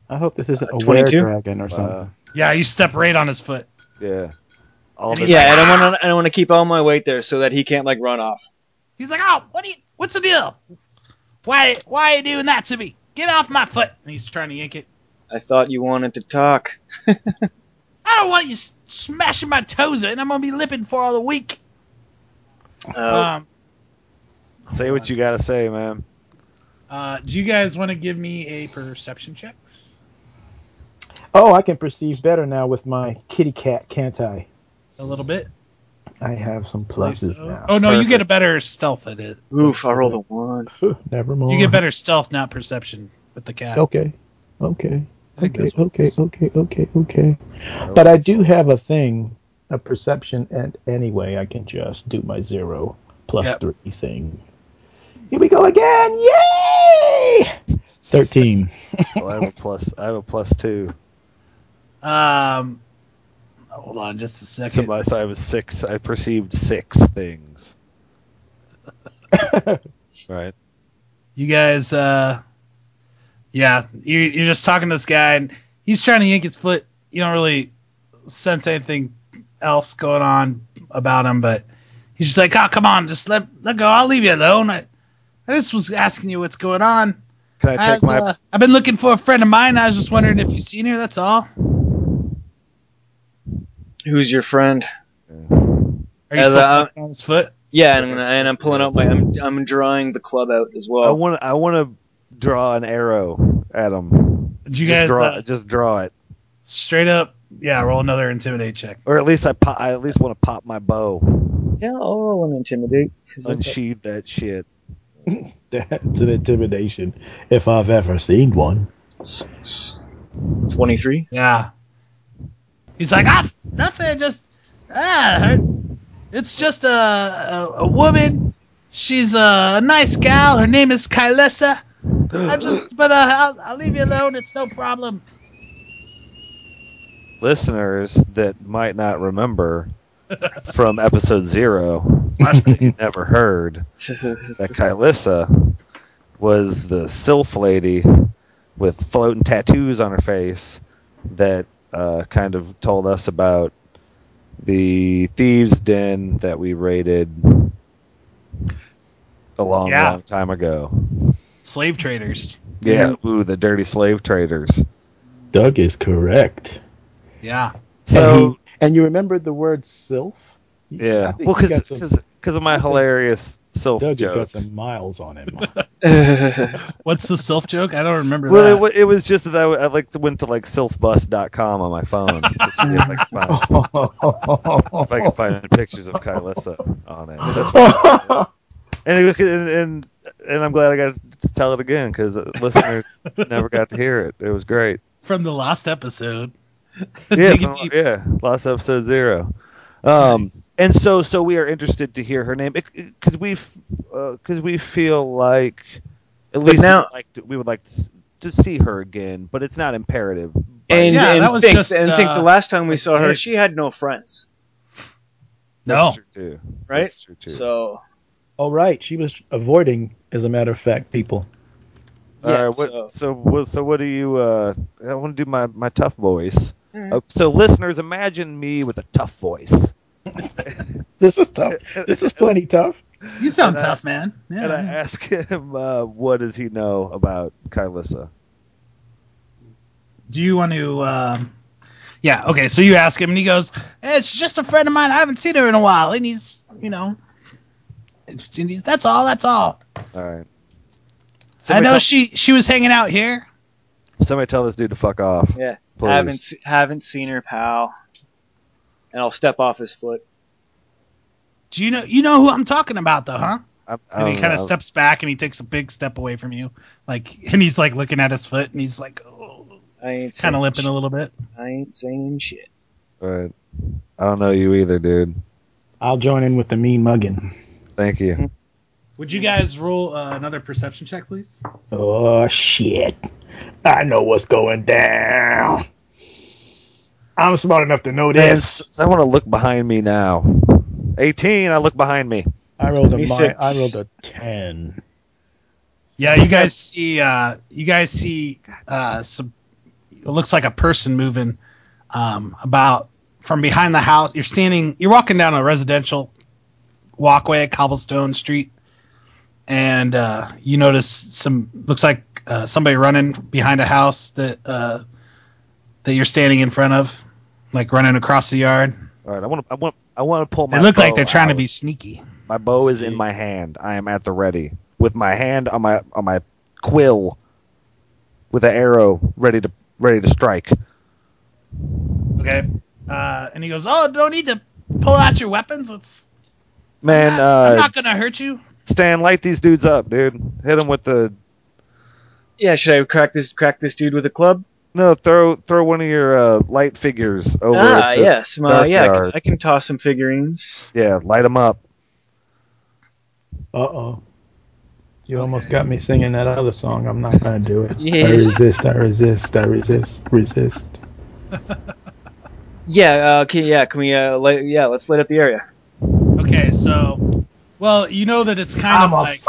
[SPEAKER 4] I hope this isn't
[SPEAKER 1] Uh,
[SPEAKER 4] a
[SPEAKER 1] 22?
[SPEAKER 4] dragon or something.
[SPEAKER 3] Wow.
[SPEAKER 5] Yeah, you step right on his foot.
[SPEAKER 3] Yeah. All of
[SPEAKER 5] And
[SPEAKER 3] his-
[SPEAKER 1] Yeah, and I want to. I want to keep all my weight there so that he can't like run off.
[SPEAKER 5] He's like, "Oh, what do you? What's the deal? Why? Why are you doing that to me? Get off my foot!" And he's trying to yank it.
[SPEAKER 1] I thought you wanted to talk.
[SPEAKER 5] I don't want you s- smashing my toes in. I'm gonna be limping for all the week.
[SPEAKER 1] Uh,
[SPEAKER 5] Um,
[SPEAKER 3] Say what you gotta say, man.
[SPEAKER 5] uh, do you guys want to give me a perception checks?
[SPEAKER 4] Oh, I can perceive better now with my kitty cat, can't I?
[SPEAKER 5] a little bit.
[SPEAKER 4] I have some pluses
[SPEAKER 5] So-
[SPEAKER 4] now.
[SPEAKER 5] Oh no, you
[SPEAKER 3] Perfect.
[SPEAKER 5] get a better stealth at it.
[SPEAKER 1] oof! I rolled a one.
[SPEAKER 4] Never mind.
[SPEAKER 5] Oh. You get better stealth, not perception, with the cat.
[SPEAKER 4] Okay. Okay.
[SPEAKER 5] I think
[SPEAKER 4] Okay,
[SPEAKER 5] that's what
[SPEAKER 4] okay,
[SPEAKER 5] it is.
[SPEAKER 4] okay, okay, okay. But I do have a thing, a perception, and anyway, I can just do my zero plus
[SPEAKER 5] Yep.
[SPEAKER 4] three thing. Here we go again! Yay! 13.
[SPEAKER 3] Oh, I have a plus. I have a plus two.
[SPEAKER 5] Um, hold on just a
[SPEAKER 3] So,
[SPEAKER 5] second.
[SPEAKER 3] my, so I was six. I perceived six things. right.
[SPEAKER 5] You guys, uh, yeah, you're, you're just talking to this guy, and he's trying to yank his foot. You don't really sense anything else going on about him, but he's just like, "Oh, come on, just let let go. I'll leave you alone. I, I just was asking you what's going on.
[SPEAKER 3] Can I
[SPEAKER 5] I
[SPEAKER 3] take my?
[SPEAKER 5] have been looking for a friend of mine. I was just wondering if you've seen her. That's all."
[SPEAKER 1] Who's your friend?
[SPEAKER 5] Are you
[SPEAKER 1] As
[SPEAKER 5] still
[SPEAKER 1] I-
[SPEAKER 5] stepping on his foot?
[SPEAKER 1] Yeah, and, I'm gonna- and I'm pulling out my. I'm I'm drawing the club out as
[SPEAKER 3] I
[SPEAKER 5] Oh.
[SPEAKER 1] well.
[SPEAKER 3] want. I want to draw an arrow at him.
[SPEAKER 5] Did you
[SPEAKER 3] just
[SPEAKER 5] guys
[SPEAKER 3] draw.
[SPEAKER 5] uh,
[SPEAKER 3] just draw it,
[SPEAKER 5] straight up? Yeah, roll another intimidate check.
[SPEAKER 3] or at least I. Po- I at least want to pop my bow.
[SPEAKER 1] Yeah, I'll roll an intimidate. 'cause I've got-
[SPEAKER 3] Unsheathe that shit.
[SPEAKER 4] That's an intimidation, if I've ever seen one.
[SPEAKER 1] 23.
[SPEAKER 5] Yeah. He's like, ah, nothing. Just ah, her- it's just a, a a woman. She's a nice gal. Her name is Kylesa. I'm just, but uh, I'll, I'll leave you alone. It's no problem.
[SPEAKER 3] Listeners that might not remember, from episode zero, that you never heard, that Kylissa was the sylph lady with floating tattoos on her face that uh, kind of told us about the thieves' den that we raided a long,
[SPEAKER 5] Yeah.
[SPEAKER 3] long time ago.
[SPEAKER 5] Slave traders.
[SPEAKER 3] Yeah, ooh, the dirty slave traders.
[SPEAKER 4] Doug is correct.
[SPEAKER 5] Yeah.
[SPEAKER 3] So
[SPEAKER 4] and, he- and you remembered the word sylph? You- I
[SPEAKER 3] yeah,
[SPEAKER 4] think
[SPEAKER 3] well,
[SPEAKER 4] you got some-
[SPEAKER 3] because of my hilarious sylph
[SPEAKER 4] Doug has
[SPEAKER 3] joke.
[SPEAKER 4] got some miles on him.
[SPEAKER 5] What's the self joke? I don't remember
[SPEAKER 3] Well,
[SPEAKER 5] that.
[SPEAKER 3] it, wa- it was just that I, I like to went to like sylphbus.com on my phone to see if I could find, if I could find pictures of Kylissa on it. That's what- and, it- and and and I'm glad I got to tell it again because listeners never got to hear it. It was great.
[SPEAKER 5] from the last episode.
[SPEAKER 3] Yeah,
[SPEAKER 5] Digging
[SPEAKER 3] from-
[SPEAKER 5] deep.
[SPEAKER 3] yeah, lost episode zero. Um,
[SPEAKER 5] Nice.
[SPEAKER 3] and so so we are interested to hear her name because we because we feel like at least
[SPEAKER 1] now-
[SPEAKER 3] we would like to, we would like to, s- to see her again, but it's not imperative. But-
[SPEAKER 1] and
[SPEAKER 5] Yeah,
[SPEAKER 1] and
[SPEAKER 5] that was
[SPEAKER 1] think,
[SPEAKER 5] just,
[SPEAKER 1] and think the
[SPEAKER 5] uh,
[SPEAKER 1] last time we
[SPEAKER 5] like,
[SPEAKER 1] saw her,
[SPEAKER 5] hey.
[SPEAKER 1] she had no friends,
[SPEAKER 5] No.
[SPEAKER 3] That's true, too.
[SPEAKER 1] Right?
[SPEAKER 3] That's true, too.
[SPEAKER 1] so
[SPEAKER 4] All Oh, right, she was avoiding, as a matter of fact, people.
[SPEAKER 3] All
[SPEAKER 1] yeah,
[SPEAKER 3] right, what,
[SPEAKER 1] so-
[SPEAKER 3] so so what, so what do you? Uh, I want to do my my tough voice.
[SPEAKER 1] Mhm.
[SPEAKER 3] Uh, so listeners, imagine me with a tough voice.
[SPEAKER 4] This is tough. This is plenty tough.
[SPEAKER 5] You sound
[SPEAKER 3] And I-
[SPEAKER 5] tough, man.
[SPEAKER 3] And I
[SPEAKER 5] Yeah.
[SPEAKER 3] ask him, uh, what does he know about Kylissa?
[SPEAKER 5] Do you want to? Um, yeah. Okay. So you ask him, and he goes, eh, "It's just a friend of mine. I haven't seen her in a while, and he's, you know, and he's, that's all. That's all.
[SPEAKER 3] All right.
[SPEAKER 5] I
[SPEAKER 3] Somebody
[SPEAKER 5] know
[SPEAKER 3] tell-
[SPEAKER 5] she she was hanging out here.
[SPEAKER 3] Somebody tell this dude to fuck off.
[SPEAKER 1] yeah,
[SPEAKER 3] please.
[SPEAKER 1] haven't se- haven't seen her, pal. And I'll step off his foot.
[SPEAKER 5] Do you know? You know who I'm talking about, though, huh?"
[SPEAKER 3] I, I
[SPEAKER 5] And he
[SPEAKER 3] don't
[SPEAKER 5] kind of
[SPEAKER 3] know.
[SPEAKER 5] steps back, and he takes a big step away from you, like, and he's like looking at his foot, and he's like, oh,
[SPEAKER 1] I ain't saying
[SPEAKER 5] kind of lipping
[SPEAKER 1] shit.
[SPEAKER 5] a little bit.
[SPEAKER 1] I ain't saying shit.
[SPEAKER 3] All right. I don't know you either, dude.
[SPEAKER 4] I'll join in with the mean mugging.
[SPEAKER 3] Thank
[SPEAKER 1] Mm-hmm.
[SPEAKER 3] you.
[SPEAKER 5] Would you guys roll uh, another perception check, please?
[SPEAKER 4] Oh shit! I know what's going down. I'm smart enough to know this.
[SPEAKER 3] I want to look behind me now. 18, I look behind me.
[SPEAKER 4] I rolled a mi-
[SPEAKER 1] 26.
[SPEAKER 4] I rolled a ten.
[SPEAKER 5] Yeah, you guys see, uh, you guys see, uh, some, it looks like a person moving, um, about from behind the house. You're standing, you're walking down a residential walkway, cobblestone street, and, uh, you notice some, looks like, uh, somebody running behind a house that, uh, that you're standing in front of, like running across the yard.
[SPEAKER 3] All right, I want to I want I want to pull my
[SPEAKER 5] They look like
[SPEAKER 3] bow
[SPEAKER 5] they're trying to
[SPEAKER 3] out.
[SPEAKER 5] be sneaky.
[SPEAKER 3] My bow is in my hand. I am at the ready with my hand on my on my quill with an arrow ready to ready to strike.
[SPEAKER 5] Okay. Uh, and he goes, "Oh, don't need to pull out your weapons. Let's.
[SPEAKER 3] Man,
[SPEAKER 5] I'm not- I'm
[SPEAKER 3] uh,
[SPEAKER 5] not gonna hurt you.
[SPEAKER 3] Stan, light these dudes up, dude. Hit them with the
[SPEAKER 1] Yeah, should I crack this crack this dude with a club?
[SPEAKER 3] no. Throw throw one of your uh, light figures over.
[SPEAKER 1] ah,
[SPEAKER 3] at this
[SPEAKER 1] yes, my,
[SPEAKER 3] dark
[SPEAKER 1] yeah, I can,
[SPEAKER 3] yard.
[SPEAKER 1] I can toss some figurines.
[SPEAKER 3] yeah. Light them up.
[SPEAKER 4] Uh oh. You almost got me singing that other song. I'm not gonna do it.
[SPEAKER 1] Yeah.
[SPEAKER 4] I resist. I resist. I resist. Resist.
[SPEAKER 1] Yeah, uh, okay, yeah, can we? Uh, light, yeah, let's light up the area.
[SPEAKER 5] Okay, so, well, you know that it's kind of like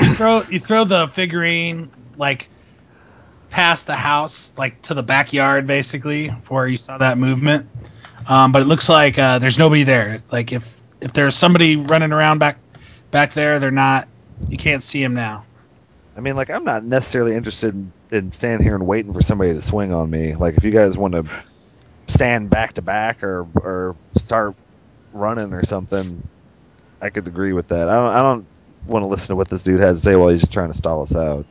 [SPEAKER 5] you throw you throw the figurine like past the house, like to the backyard, basically, where you saw that movement. Um, but it looks like uh, there's nobody there. Like if if there's somebody running around back back there, they're not. You can't see him now.
[SPEAKER 3] I mean, like, I'm not necessarily interested in, in standing here and waiting for somebody to swing on me. Like, if you guys want to stand back to back or or start running or something, I could agree with that. I don't I don't want to listen to what this dude has to say while he's just trying to stall us out.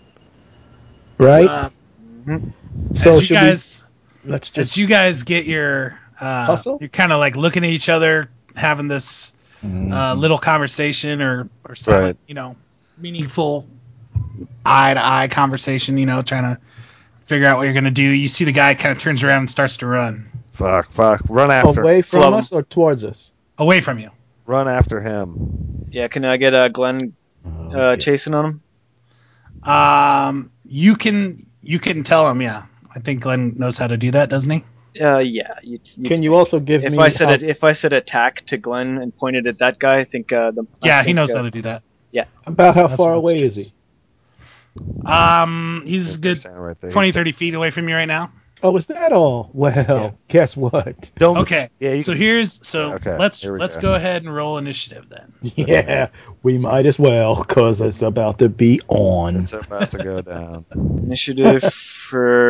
[SPEAKER 4] Right.
[SPEAKER 5] Um,
[SPEAKER 4] so
[SPEAKER 5] as
[SPEAKER 4] should
[SPEAKER 5] you guys.
[SPEAKER 4] we? Let's
[SPEAKER 5] as
[SPEAKER 4] just.
[SPEAKER 5] you guys get your uh,
[SPEAKER 4] Hustle?
[SPEAKER 5] you're kind of like looking at each other having this uh, little conversation or or silent,
[SPEAKER 3] Mm-hmm. Right.
[SPEAKER 5] you know meaningful eye to eye conversation you know trying to figure out what you're gonna do you see the guy kind of turns around and starts to run
[SPEAKER 3] Fuck, fuck, run after,
[SPEAKER 4] away from
[SPEAKER 1] Club 'em.
[SPEAKER 4] us or towards us?
[SPEAKER 5] away from you
[SPEAKER 3] run after him.
[SPEAKER 1] Yeah, can I get uh, Glenn uh, chasing on him?
[SPEAKER 5] um you can you can tell him yeah i think glenn knows how to do that doesn't he
[SPEAKER 1] Uh, yeah. You'd, you'd
[SPEAKER 4] Can you also give
[SPEAKER 1] if
[SPEAKER 4] me? uh,
[SPEAKER 1] I said
[SPEAKER 4] how-
[SPEAKER 1] it, if I said attack to Glenn and pointed at that guy, I think uh, the I
[SPEAKER 5] Yeah, he
[SPEAKER 1] think,
[SPEAKER 5] knows
[SPEAKER 1] uh,
[SPEAKER 5] how to do that.
[SPEAKER 4] about how
[SPEAKER 5] That's
[SPEAKER 4] far
[SPEAKER 5] what
[SPEAKER 4] away
[SPEAKER 5] it
[SPEAKER 4] is
[SPEAKER 5] is.
[SPEAKER 4] he?
[SPEAKER 5] Um, he's a good
[SPEAKER 3] Right there.
[SPEAKER 5] 20, 30 feet away from you right now.
[SPEAKER 4] Oh, is that all? Well, guess what?
[SPEAKER 3] Don't.
[SPEAKER 5] Okay.
[SPEAKER 3] Yeah. You
[SPEAKER 5] So here's so
[SPEAKER 3] Yeah, okay.
[SPEAKER 5] let's
[SPEAKER 3] Here we
[SPEAKER 5] let's
[SPEAKER 3] go.
[SPEAKER 5] go ahead and roll initiative then.
[SPEAKER 4] Yeah, we might as well, cause it's about to be on.
[SPEAKER 3] It's about to go down.
[SPEAKER 1] Initiative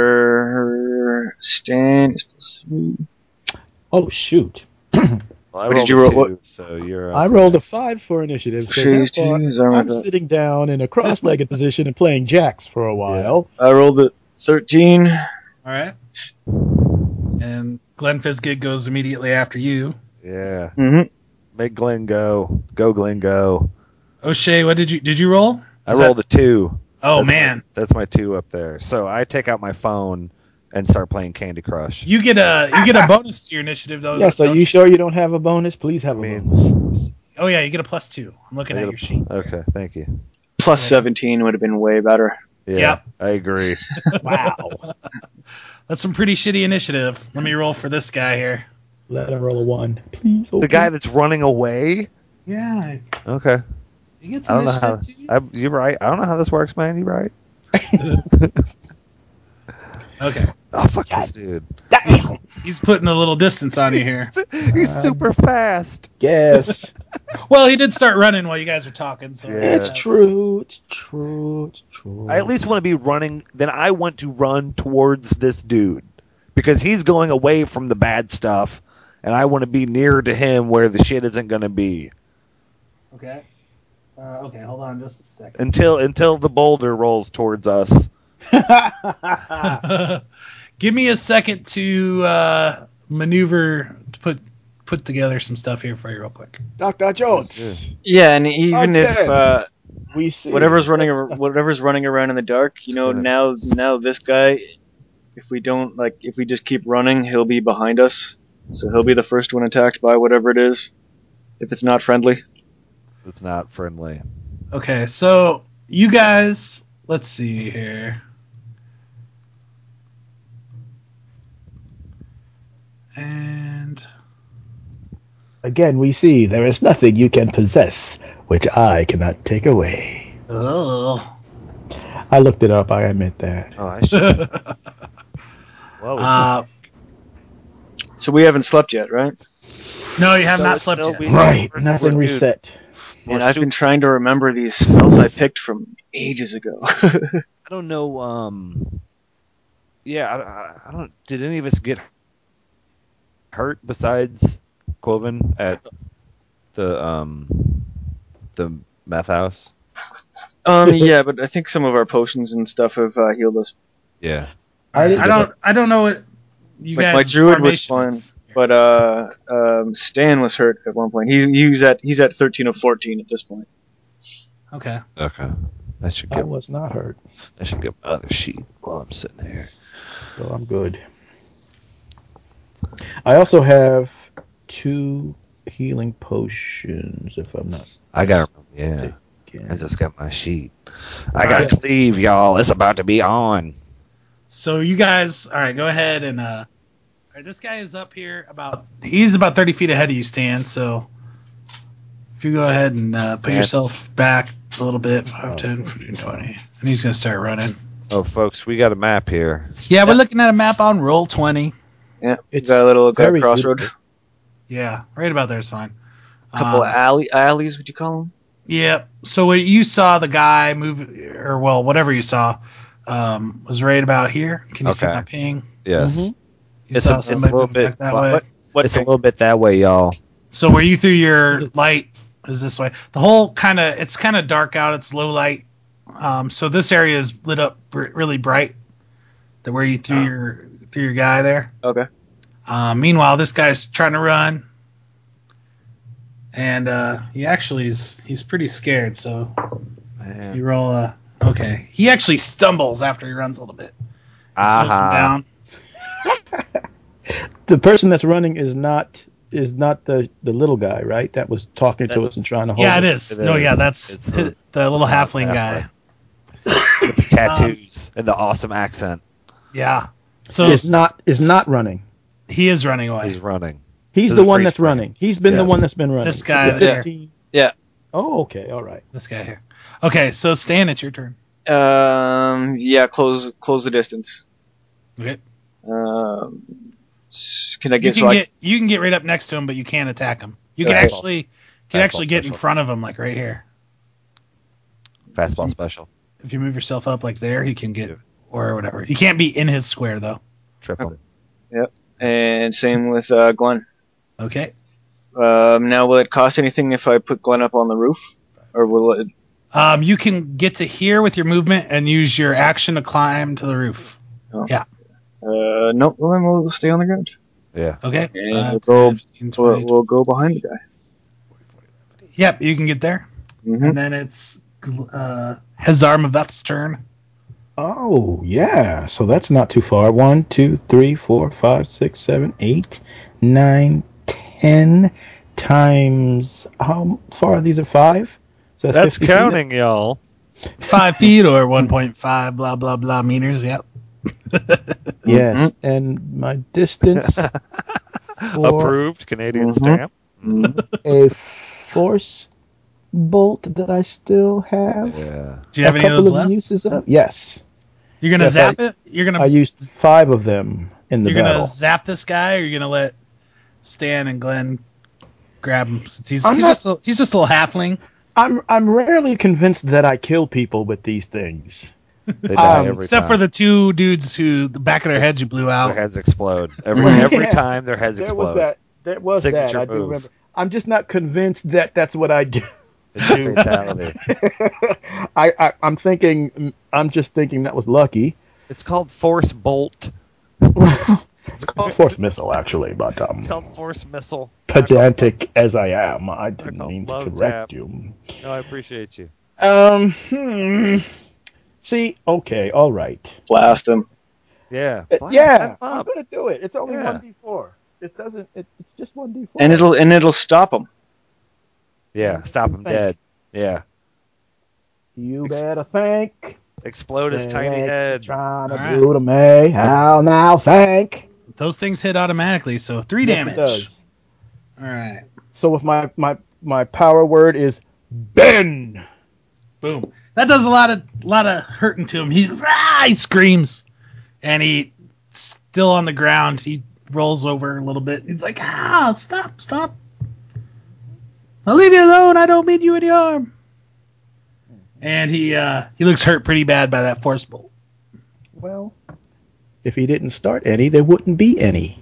[SPEAKER 1] for Stan is plus three.
[SPEAKER 4] Oh shoot!
[SPEAKER 3] Well, I
[SPEAKER 1] What
[SPEAKER 3] rolled
[SPEAKER 1] did you
[SPEAKER 3] a
[SPEAKER 1] roll?
[SPEAKER 3] Two,
[SPEAKER 1] What-
[SPEAKER 3] so you're.
[SPEAKER 4] I rolled a five for initiative, so
[SPEAKER 1] Phase two
[SPEAKER 4] therefore
[SPEAKER 1] is armor
[SPEAKER 4] I'm
[SPEAKER 1] class.
[SPEAKER 4] sitting down in a cross-legged position and playing jacks for a while.
[SPEAKER 1] I rolled a thirteen.
[SPEAKER 5] All right. And Glenn Fizgig goes immediately after you.
[SPEAKER 3] Yeah.
[SPEAKER 1] Mm-hmm.
[SPEAKER 3] Make Glenn go. Go Glenn go.
[SPEAKER 5] O'Shea, what did you did you roll?
[SPEAKER 3] I
[SPEAKER 5] Is
[SPEAKER 3] rolled a two.
[SPEAKER 5] Oh
[SPEAKER 3] That's
[SPEAKER 5] man,
[SPEAKER 3] my- that's my two up there. So I take out my phone and start playing Candy Crush.
[SPEAKER 5] you get a you get a bonus to your initiative though.
[SPEAKER 4] Yes, are
[SPEAKER 5] don't
[SPEAKER 4] you sure you don't have a bonus? Please have a
[SPEAKER 3] I mean-
[SPEAKER 4] bonus.
[SPEAKER 5] Oh yeah, you get a plus two. I'm looking
[SPEAKER 3] I
[SPEAKER 5] at
[SPEAKER 3] get a-
[SPEAKER 5] your sheet.
[SPEAKER 3] Okay, thank you.
[SPEAKER 1] Plus seventeen would have been way better.
[SPEAKER 3] Yeah,
[SPEAKER 5] Yep.
[SPEAKER 3] I agree.
[SPEAKER 4] Wow!
[SPEAKER 5] That's some pretty shitty initiative. Let me roll for this guy here.
[SPEAKER 4] Let him roll a one, please. oh,
[SPEAKER 3] the guy that's running away.
[SPEAKER 5] Yeah,
[SPEAKER 3] Okay,
[SPEAKER 5] he gets
[SPEAKER 3] I don't know how. I, you're right. I don't know how this works, man. You're right.
[SPEAKER 5] Okay,
[SPEAKER 3] Oh fuck this dude.
[SPEAKER 5] he's putting a little distance on you here. Uh,
[SPEAKER 3] He's super fast.
[SPEAKER 4] Yes,
[SPEAKER 5] Well, he did start running while you guys were talking. So
[SPEAKER 3] Yeah.
[SPEAKER 4] it's true. It's true. It's true.
[SPEAKER 3] I at least want to be running. Then I want to run towards this dude because he's going away from the bad stuff, and I want to be nearer to him where the shit isn't going to be
[SPEAKER 5] Okay. Uh, okay, hold on just a second.
[SPEAKER 3] until until the boulder rolls towards us. Ah.
[SPEAKER 5] Give me a second to uh, maneuver to put put together some stuff here for you real quick.
[SPEAKER 4] Doctor Jones.
[SPEAKER 1] Yeah, and even if
[SPEAKER 4] Again.
[SPEAKER 1] uh,
[SPEAKER 4] We see
[SPEAKER 1] whatever's running, ar- whatever's running around in the dark, you know,
[SPEAKER 3] Sure.
[SPEAKER 1] now now this guy, if we don't like, if we just keep running, he'll be behind us. So he'll be the first one attacked by whatever it is, if it's not friendly.
[SPEAKER 3] It's not friendly.
[SPEAKER 5] Okay, so you guys, let's see here. And
[SPEAKER 4] Again, we see there is nothing you can possess which I cannot take away.
[SPEAKER 5] oh,
[SPEAKER 4] I looked it up. I admit that.
[SPEAKER 3] Oh, I should.
[SPEAKER 5] uh,
[SPEAKER 3] Whoa.
[SPEAKER 1] So we haven't slept yet, right?
[SPEAKER 5] no, you have
[SPEAKER 3] So
[SPEAKER 5] not
[SPEAKER 3] it's
[SPEAKER 5] slept
[SPEAKER 3] still
[SPEAKER 5] yet.
[SPEAKER 3] we-
[SPEAKER 4] Right.
[SPEAKER 3] We're-
[SPEAKER 4] Nothing
[SPEAKER 3] we're- dude,
[SPEAKER 4] reset.
[SPEAKER 3] we're
[SPEAKER 1] And I've
[SPEAKER 3] shooting-
[SPEAKER 1] been trying to remember these spells I picked from ages ago.
[SPEAKER 3] I don't know. Um, yeah, I, I, I don't. Did any of us get hurt besides Quoven at the um the meth house?
[SPEAKER 1] um, yeah, but I think some of our potions and stuff have uh, healed us.
[SPEAKER 3] Yeah,
[SPEAKER 5] I don't, I don't know what you
[SPEAKER 1] Like,
[SPEAKER 5] guys.
[SPEAKER 1] my druid was
[SPEAKER 5] formations.
[SPEAKER 1] But uh, um, Stan was hurt at one point. He, he's at he's at thirteen of fourteen at this point.
[SPEAKER 5] okay.
[SPEAKER 3] Okay. I should
[SPEAKER 4] I
[SPEAKER 3] get
[SPEAKER 4] was not hurt,
[SPEAKER 3] I should get my other sheet while I'm sitting here.
[SPEAKER 4] so I'm good. I also have two healing potions, if I'm not.
[SPEAKER 3] I got yeah. I
[SPEAKER 4] mistaken.
[SPEAKER 3] just got my sheet. I got to leave, y'all. It's about to be on.
[SPEAKER 5] So you guys, all right, go ahead and uh, all right, this guy is up here about. He's about thirty feet ahead of you, Stan. So if you go ahead and uh, put
[SPEAKER 3] Yeah.
[SPEAKER 5] yourself back a little bit, 5, 10, 15, 20, and he's gonna start running.
[SPEAKER 3] Oh, folks, we got a map here.
[SPEAKER 5] Yeah, we're looking at a map on roll twenty.
[SPEAKER 1] Yeah,
[SPEAKER 4] It's
[SPEAKER 1] got a little got
[SPEAKER 4] very
[SPEAKER 1] a crossroad,
[SPEAKER 4] beautiful.
[SPEAKER 5] Yeah, right about there is fine.
[SPEAKER 1] couple
[SPEAKER 5] Um,
[SPEAKER 1] alley alleys. Would you call them?
[SPEAKER 5] Yeah. So what you saw the guy move, or well, whatever you saw, um, was right about here. Can you see
[SPEAKER 3] Okay.
[SPEAKER 5] my ping?
[SPEAKER 3] Yes.
[SPEAKER 4] Mhm.
[SPEAKER 5] You
[SPEAKER 3] It's a-
[SPEAKER 5] saw
[SPEAKER 3] it's a
[SPEAKER 5] somebody
[SPEAKER 3] little
[SPEAKER 5] move back
[SPEAKER 3] bit-
[SPEAKER 5] that
[SPEAKER 3] what-
[SPEAKER 5] way.
[SPEAKER 3] what- it's a little bit that way, y'all.
[SPEAKER 5] So where you threw your light is this way. The whole kind of it's kind of dark out. It's low light. Um, so this area is lit up br- really bright. The where you threw your threw your guy there.
[SPEAKER 1] Okay.
[SPEAKER 5] Uh, meanwhile, this guy's trying to run, and uh, he actually is he's pretty scared. So you roll a okay. He actually stumbles after he runs a little bit. It slows him
[SPEAKER 3] Ah,
[SPEAKER 5] down.
[SPEAKER 4] The person that's running is not is not the the little guy, right? That was talking to us and trying to hold.
[SPEAKER 5] Yeah, it
[SPEAKER 4] us.
[SPEAKER 5] is.
[SPEAKER 3] It
[SPEAKER 5] no,
[SPEAKER 3] is.
[SPEAKER 5] yeah, that's
[SPEAKER 3] It's
[SPEAKER 5] the,
[SPEAKER 3] the-
[SPEAKER 5] little halfling
[SPEAKER 3] halfling.
[SPEAKER 5] guy.
[SPEAKER 3] with the tattoos and the awesome accent.
[SPEAKER 5] Yeah. So
[SPEAKER 4] It's not is not running.
[SPEAKER 5] He is running away.
[SPEAKER 3] He's running.
[SPEAKER 4] He's
[SPEAKER 3] This
[SPEAKER 4] the
[SPEAKER 3] is
[SPEAKER 4] one
[SPEAKER 3] freeze
[SPEAKER 4] that's
[SPEAKER 3] frame.
[SPEAKER 4] running. He's been the
[SPEAKER 3] Yes.
[SPEAKER 4] one that's been running.
[SPEAKER 5] This guy
[SPEAKER 4] The
[SPEAKER 5] there.
[SPEAKER 4] 15
[SPEAKER 1] Yeah.
[SPEAKER 4] Oh, okay. All right.
[SPEAKER 5] This guy here. Okay, so Stan, it's your turn.
[SPEAKER 1] Um, yeah, close close the distance.
[SPEAKER 5] Okay.
[SPEAKER 1] Um, s- can I
[SPEAKER 5] You
[SPEAKER 1] get
[SPEAKER 5] can
[SPEAKER 1] so I-
[SPEAKER 5] get you can get right up next to him, but you can't attack him. You can
[SPEAKER 3] Fastball.
[SPEAKER 5] actually can
[SPEAKER 3] Fastball
[SPEAKER 5] actually get in
[SPEAKER 3] special.
[SPEAKER 5] front of him, like right here.
[SPEAKER 3] Fastball special.
[SPEAKER 5] If you move yourself up like there, he can get
[SPEAKER 3] Yeah.
[SPEAKER 5] or whatever. You can't be in his square though.
[SPEAKER 3] Trip him.
[SPEAKER 1] and same with uh, Glenn.
[SPEAKER 5] Okay.
[SPEAKER 1] Um, now will it cost anything if I put Glenn up on the roof, or will it?
[SPEAKER 5] Um, you can get to here with your movement and use your action to climb to the roof.
[SPEAKER 1] Uh, no, well, then we'll stay on the ground.
[SPEAKER 3] Yeah.
[SPEAKER 5] Okay.
[SPEAKER 1] And
[SPEAKER 5] Uh,
[SPEAKER 1] we'll go-
[SPEAKER 5] 10, 15,
[SPEAKER 1] So
[SPEAKER 5] 20.
[SPEAKER 1] we'll, we'll go behind the guy.
[SPEAKER 5] Yep, you can get there.
[SPEAKER 1] hmm
[SPEAKER 5] And then it's uh, Hazar Maveth's turn.
[SPEAKER 4] Oh, yeah. So that's not too far. One, two, three, four, five, six, seven, eight, nine, ten times. How far? These are five? So
[SPEAKER 3] That's
[SPEAKER 4] 50 feet?
[SPEAKER 3] counting, y'all.
[SPEAKER 5] Five feet or 1.5, blah, blah, blah meters. Yep.
[SPEAKER 4] Yes.
[SPEAKER 5] Mm-hmm.
[SPEAKER 4] And my distance for
[SPEAKER 3] Approved Canadian
[SPEAKER 1] Mhm.
[SPEAKER 3] stamp.
[SPEAKER 4] a force bolt that I still have.
[SPEAKER 3] Yeah.
[SPEAKER 5] Do you have
[SPEAKER 4] a
[SPEAKER 5] any of
[SPEAKER 4] couple
[SPEAKER 5] those
[SPEAKER 4] of
[SPEAKER 5] left?
[SPEAKER 4] uses up. Yes.
[SPEAKER 5] You're going to
[SPEAKER 4] Yes,
[SPEAKER 5] zap it? You're
[SPEAKER 4] I
[SPEAKER 5] going to
[SPEAKER 4] used five of them in the
[SPEAKER 5] you're
[SPEAKER 4] battle.
[SPEAKER 5] gonna zap this guy or you're going to let Stan and Glenn grab him since he's,
[SPEAKER 4] I'm
[SPEAKER 5] he's,
[SPEAKER 4] not-
[SPEAKER 5] just, a, he's just a little halfling.
[SPEAKER 4] I'm I'm rarely convinced that I kill people with these things.
[SPEAKER 3] They die
[SPEAKER 4] Um,
[SPEAKER 3] every
[SPEAKER 5] Except
[SPEAKER 3] time.
[SPEAKER 5] for the two dudes who the back of their heads you blew out.
[SPEAKER 3] their heads explode every
[SPEAKER 4] Yeah.
[SPEAKER 3] every time. Their heads
[SPEAKER 4] There
[SPEAKER 3] explode.
[SPEAKER 4] was that. There was that.
[SPEAKER 3] Signature
[SPEAKER 4] I do
[SPEAKER 3] move.
[SPEAKER 4] remember. I'm just not convinced that that's what I do.
[SPEAKER 3] It's a fatality.
[SPEAKER 4] I, I I'm thinking. I'm just thinking that was lucky.
[SPEAKER 3] it's called force bolt.
[SPEAKER 4] It's called force missile, actually, but um,
[SPEAKER 3] It's called force missile.
[SPEAKER 4] pedantic as I am, I didn't
[SPEAKER 3] called
[SPEAKER 4] mean to
[SPEAKER 3] love
[SPEAKER 4] correct
[SPEAKER 3] tap.
[SPEAKER 4] you.
[SPEAKER 3] No, I appreciate you.
[SPEAKER 4] Um. Hmm. See. Okay. All right.
[SPEAKER 1] Blast him.
[SPEAKER 3] Yeah.
[SPEAKER 4] Uh,
[SPEAKER 3] Fine,
[SPEAKER 4] yeah.
[SPEAKER 3] I'm
[SPEAKER 4] I'm
[SPEAKER 3] up.
[SPEAKER 4] gonna do it. It's only
[SPEAKER 3] Yeah.
[SPEAKER 4] one d four. It doesn't. It, it's just one d four.
[SPEAKER 1] And it'll and it'll stop him.
[SPEAKER 3] Yeah. Stop him
[SPEAKER 4] Thank
[SPEAKER 3] dead. Yeah.
[SPEAKER 4] You better think.
[SPEAKER 3] Explode his tiny
[SPEAKER 4] Thanks for
[SPEAKER 3] head.
[SPEAKER 4] Trying to
[SPEAKER 5] Alright.
[SPEAKER 4] do to me. How now? Thank.
[SPEAKER 5] Those things hit automatically, so three
[SPEAKER 4] Yes,
[SPEAKER 5] damage.
[SPEAKER 4] It does.
[SPEAKER 5] All right.
[SPEAKER 4] So if my my my power word is Ben.
[SPEAKER 5] Boom. That does a lot of lot of hurting to him. He ah, he screams, and he still on the ground. He rolls over a little bit. He's like, ah, stop, stop. I'll leave you alone. I don't mean you any harm. And he uh, he looks hurt pretty bad by that force bolt.
[SPEAKER 4] Well, if he didn't start any, there wouldn't be any.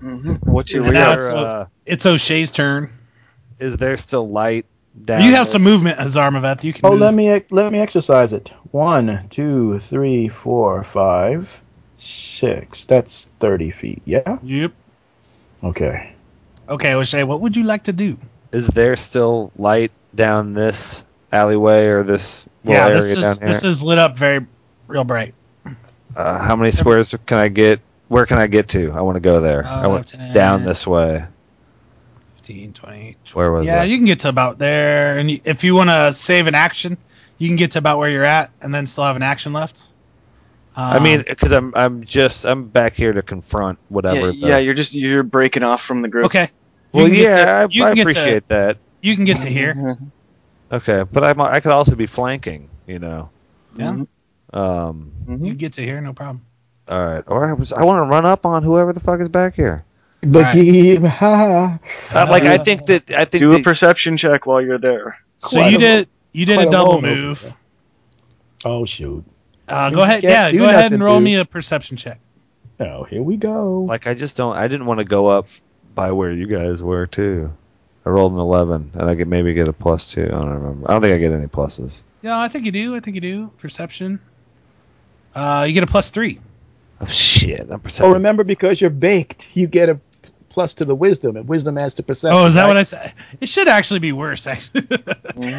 [SPEAKER 1] hmm What's your
[SPEAKER 5] Is
[SPEAKER 1] reaction?
[SPEAKER 5] now
[SPEAKER 3] There, uh,
[SPEAKER 5] it's- It's O'Shea's turn.
[SPEAKER 3] is there still light down?
[SPEAKER 5] You have some
[SPEAKER 3] this-
[SPEAKER 5] movement, Hazarmaveth. You can.
[SPEAKER 4] Oh,
[SPEAKER 5] move.
[SPEAKER 4] let me let me exercise it. One, two, three, four, five, six. That's thirty feet. Yeah.
[SPEAKER 5] Yep.
[SPEAKER 4] Okay.
[SPEAKER 5] Okay, O'Shea. What would you like to do?
[SPEAKER 3] Is there still light down this alleyway or this little
[SPEAKER 5] yeah,
[SPEAKER 3] area
[SPEAKER 5] this
[SPEAKER 3] down
[SPEAKER 5] is
[SPEAKER 3] here?
[SPEAKER 5] this is lit up very real bright.
[SPEAKER 3] uh, how many squares can I get? Where can I get to? I want to go there. I
[SPEAKER 5] Uh,
[SPEAKER 3] want
[SPEAKER 5] 10,
[SPEAKER 3] down this way.
[SPEAKER 5] 15, 20,
[SPEAKER 3] Where was
[SPEAKER 5] Yeah,
[SPEAKER 3] it?
[SPEAKER 5] you can get to about there, and you- if you want to save an action, you can get to about where you're at, and then still have an action left.
[SPEAKER 3] I
[SPEAKER 5] Um,
[SPEAKER 3] mean, because I'm I'm just I'm back here to confront whatever.
[SPEAKER 1] yeah, yeah, you're just you're breaking off from the group.
[SPEAKER 5] Um, okay. You
[SPEAKER 3] Well,
[SPEAKER 5] can get to-
[SPEAKER 3] yeah,
[SPEAKER 5] you
[SPEAKER 3] I, I
[SPEAKER 5] can get to-
[SPEAKER 3] appreciate that.
[SPEAKER 5] You can get to here.
[SPEAKER 1] Mm-hmm.
[SPEAKER 3] Okay, but I'm I could also be flanking. You know.
[SPEAKER 5] Yeah, Mm-hmm.
[SPEAKER 3] Um.
[SPEAKER 1] Mhm.
[SPEAKER 5] you can get to here, no problem.
[SPEAKER 3] All right. Or I was I want to run up on whoever the fuck is back here.
[SPEAKER 4] But
[SPEAKER 5] Alright.
[SPEAKER 4] give- ha.
[SPEAKER 3] Uh, like I think that I think
[SPEAKER 1] Do a
[SPEAKER 3] that,
[SPEAKER 1] perception check while you're there.
[SPEAKER 5] So
[SPEAKER 4] Quite
[SPEAKER 5] you
[SPEAKER 4] a
[SPEAKER 5] did you did
[SPEAKER 4] quite
[SPEAKER 5] a
[SPEAKER 4] a
[SPEAKER 5] double
[SPEAKER 4] long over
[SPEAKER 5] move.
[SPEAKER 4] there. Oh shoot.
[SPEAKER 5] Uh,
[SPEAKER 4] You
[SPEAKER 5] go ahead,
[SPEAKER 4] can't
[SPEAKER 5] yeah,
[SPEAKER 4] do
[SPEAKER 5] go ahead
[SPEAKER 4] nothing,
[SPEAKER 5] and roll
[SPEAKER 4] dude.
[SPEAKER 5] me a perception check.
[SPEAKER 4] Oh, here we go.
[SPEAKER 3] like I just don't I didn't want to go up by where you guys were too. I rolled an eleven and I could maybe get a plus two. I don't remember. I don't think I get any pluses.
[SPEAKER 5] Yeah, I think you do. I think you do. Perception. Uh, you get a plus three.
[SPEAKER 3] Oh shit! I'm
[SPEAKER 4] Oh,
[SPEAKER 3] perceptive.
[SPEAKER 4] remember because you're baked, you get a plus to the wisdom, and wisdom adds to perception.
[SPEAKER 5] Oh, is that what I said? It should actually be worse. Actually.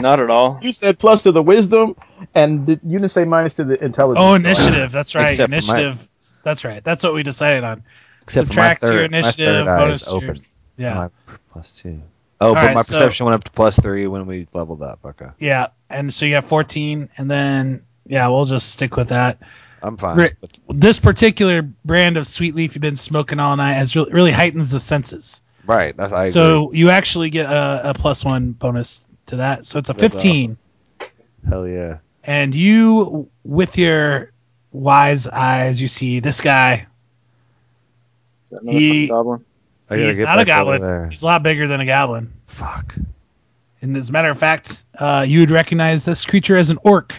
[SPEAKER 1] Not at all.
[SPEAKER 4] You said plus to the wisdom, and th- you didn't say minus to the intelligence.
[SPEAKER 5] oh, initiative. That's right.
[SPEAKER 3] Except for my-
[SPEAKER 5] initiative. That's right. That's what we decided on.
[SPEAKER 3] Except
[SPEAKER 5] subtract
[SPEAKER 3] for my
[SPEAKER 5] your
[SPEAKER 3] third,
[SPEAKER 5] initiative,
[SPEAKER 3] my third eye
[SPEAKER 5] bonus
[SPEAKER 3] is
[SPEAKER 5] to your-
[SPEAKER 3] open.
[SPEAKER 5] Yeah.
[SPEAKER 3] My p- plus two. Oh, but
[SPEAKER 5] right,
[SPEAKER 3] my
[SPEAKER 5] so-
[SPEAKER 3] perception went up to plus three when we leveled up. Okay.
[SPEAKER 5] Yeah, and so you got 14, and then yeah, we'll just stick with that.
[SPEAKER 3] I'm fine.
[SPEAKER 5] Right. This particular brand of sweet leaf you've been smoking all night has really, really heightens the senses.
[SPEAKER 3] Right. That's, I agree.
[SPEAKER 5] So you actually get a, a plus one bonus to that. So it's a
[SPEAKER 3] That's
[SPEAKER 5] 15.
[SPEAKER 3] Hell yeah.
[SPEAKER 5] And you, with your wise eyes, you see this guy.
[SPEAKER 1] That another
[SPEAKER 5] He-
[SPEAKER 1] fucking goblin.
[SPEAKER 3] I gotta
[SPEAKER 5] He's
[SPEAKER 3] get
[SPEAKER 5] not a
[SPEAKER 3] back over
[SPEAKER 5] goblin.
[SPEAKER 3] there.
[SPEAKER 5] He's a lot bigger than a goblin.
[SPEAKER 3] Fuck.
[SPEAKER 5] And as a matter of fact, uh, you would recognize this creature as an orc.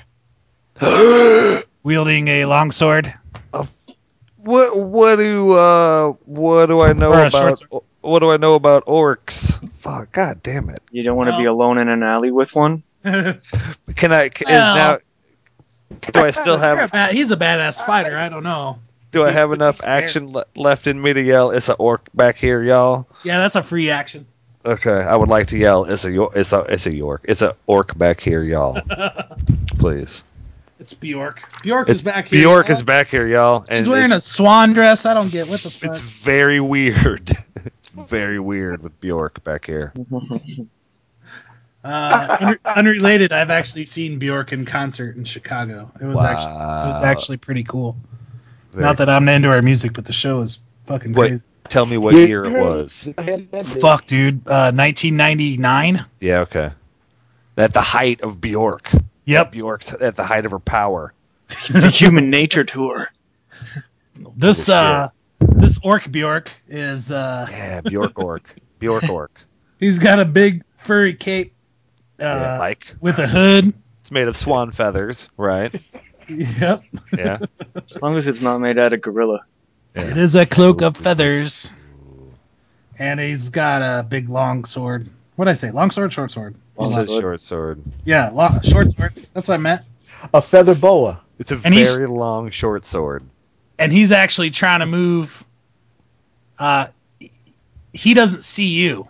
[SPEAKER 5] wielding a longsword.
[SPEAKER 3] What what do uh what do I know
[SPEAKER 5] Or a short
[SPEAKER 3] about what do I know about orcs? Fuck. God damn it.
[SPEAKER 1] You don't want to be
[SPEAKER 5] Well-
[SPEAKER 1] alone in an alley with one.
[SPEAKER 3] Can I c- is
[SPEAKER 5] Well-
[SPEAKER 3] now do I still
[SPEAKER 5] You're a
[SPEAKER 3] have
[SPEAKER 5] bad- Uh, he's a badass fighter. I don't know.
[SPEAKER 3] do I have enough
[SPEAKER 5] scared.
[SPEAKER 3] action le- left in me to yell it's a orc back here y'all?
[SPEAKER 5] Yeah, that's a free action.
[SPEAKER 3] Okay, I would like to yell it's a York it's a it's a York. It's a orc back here y'all. Please.
[SPEAKER 5] It's Bjork.
[SPEAKER 8] Bjork
[SPEAKER 3] It's
[SPEAKER 8] is back here.
[SPEAKER 3] Bjork is back here y'all. And
[SPEAKER 5] He's wearing
[SPEAKER 3] it's-
[SPEAKER 5] a swan dress. I don't get what the fuck.
[SPEAKER 3] It's very weird. it's very weird with Bjork back here.
[SPEAKER 5] Uh, unre- unrelated, I've actually seen Bjork in concert in Chicago. It was actually it was
[SPEAKER 3] Wow.
[SPEAKER 5] actually pretty cool.
[SPEAKER 3] Very-
[SPEAKER 5] Not that I'm into our music, but the show is fucking
[SPEAKER 3] Wait.
[SPEAKER 5] crazy.
[SPEAKER 3] Tell me what
[SPEAKER 7] Yeah.
[SPEAKER 3] year it was.
[SPEAKER 5] Fuck, dude. Uh, 1999.
[SPEAKER 3] Yeah, okay. At the height of Bjork.
[SPEAKER 5] Yep.
[SPEAKER 3] Bjork's at the height of her power.
[SPEAKER 1] the Human Nature Tour.
[SPEAKER 5] This
[SPEAKER 3] Holy
[SPEAKER 5] uh, this orc Bjork is uh,
[SPEAKER 3] Yeah, Bjork orc. Bjork orc.
[SPEAKER 5] he's got a big furry cape uh,
[SPEAKER 3] Yeah, like
[SPEAKER 5] with a hood.
[SPEAKER 3] it's made of swan feathers, right?
[SPEAKER 5] Yep.
[SPEAKER 3] Yeah.
[SPEAKER 1] As long as it's not made out of gorilla.
[SPEAKER 5] It is a cloak of feathers. And he's got a big long sword. What'd I say? Long sword, short sword.
[SPEAKER 3] It's a
[SPEAKER 1] sword.
[SPEAKER 3] short sword.
[SPEAKER 5] Yeah, long, short sword. That's what I meant.
[SPEAKER 4] A feather boa.
[SPEAKER 3] It's a
[SPEAKER 5] And he's-
[SPEAKER 3] very long short sword.
[SPEAKER 5] And he's actually trying to move. Uh, he doesn't see you,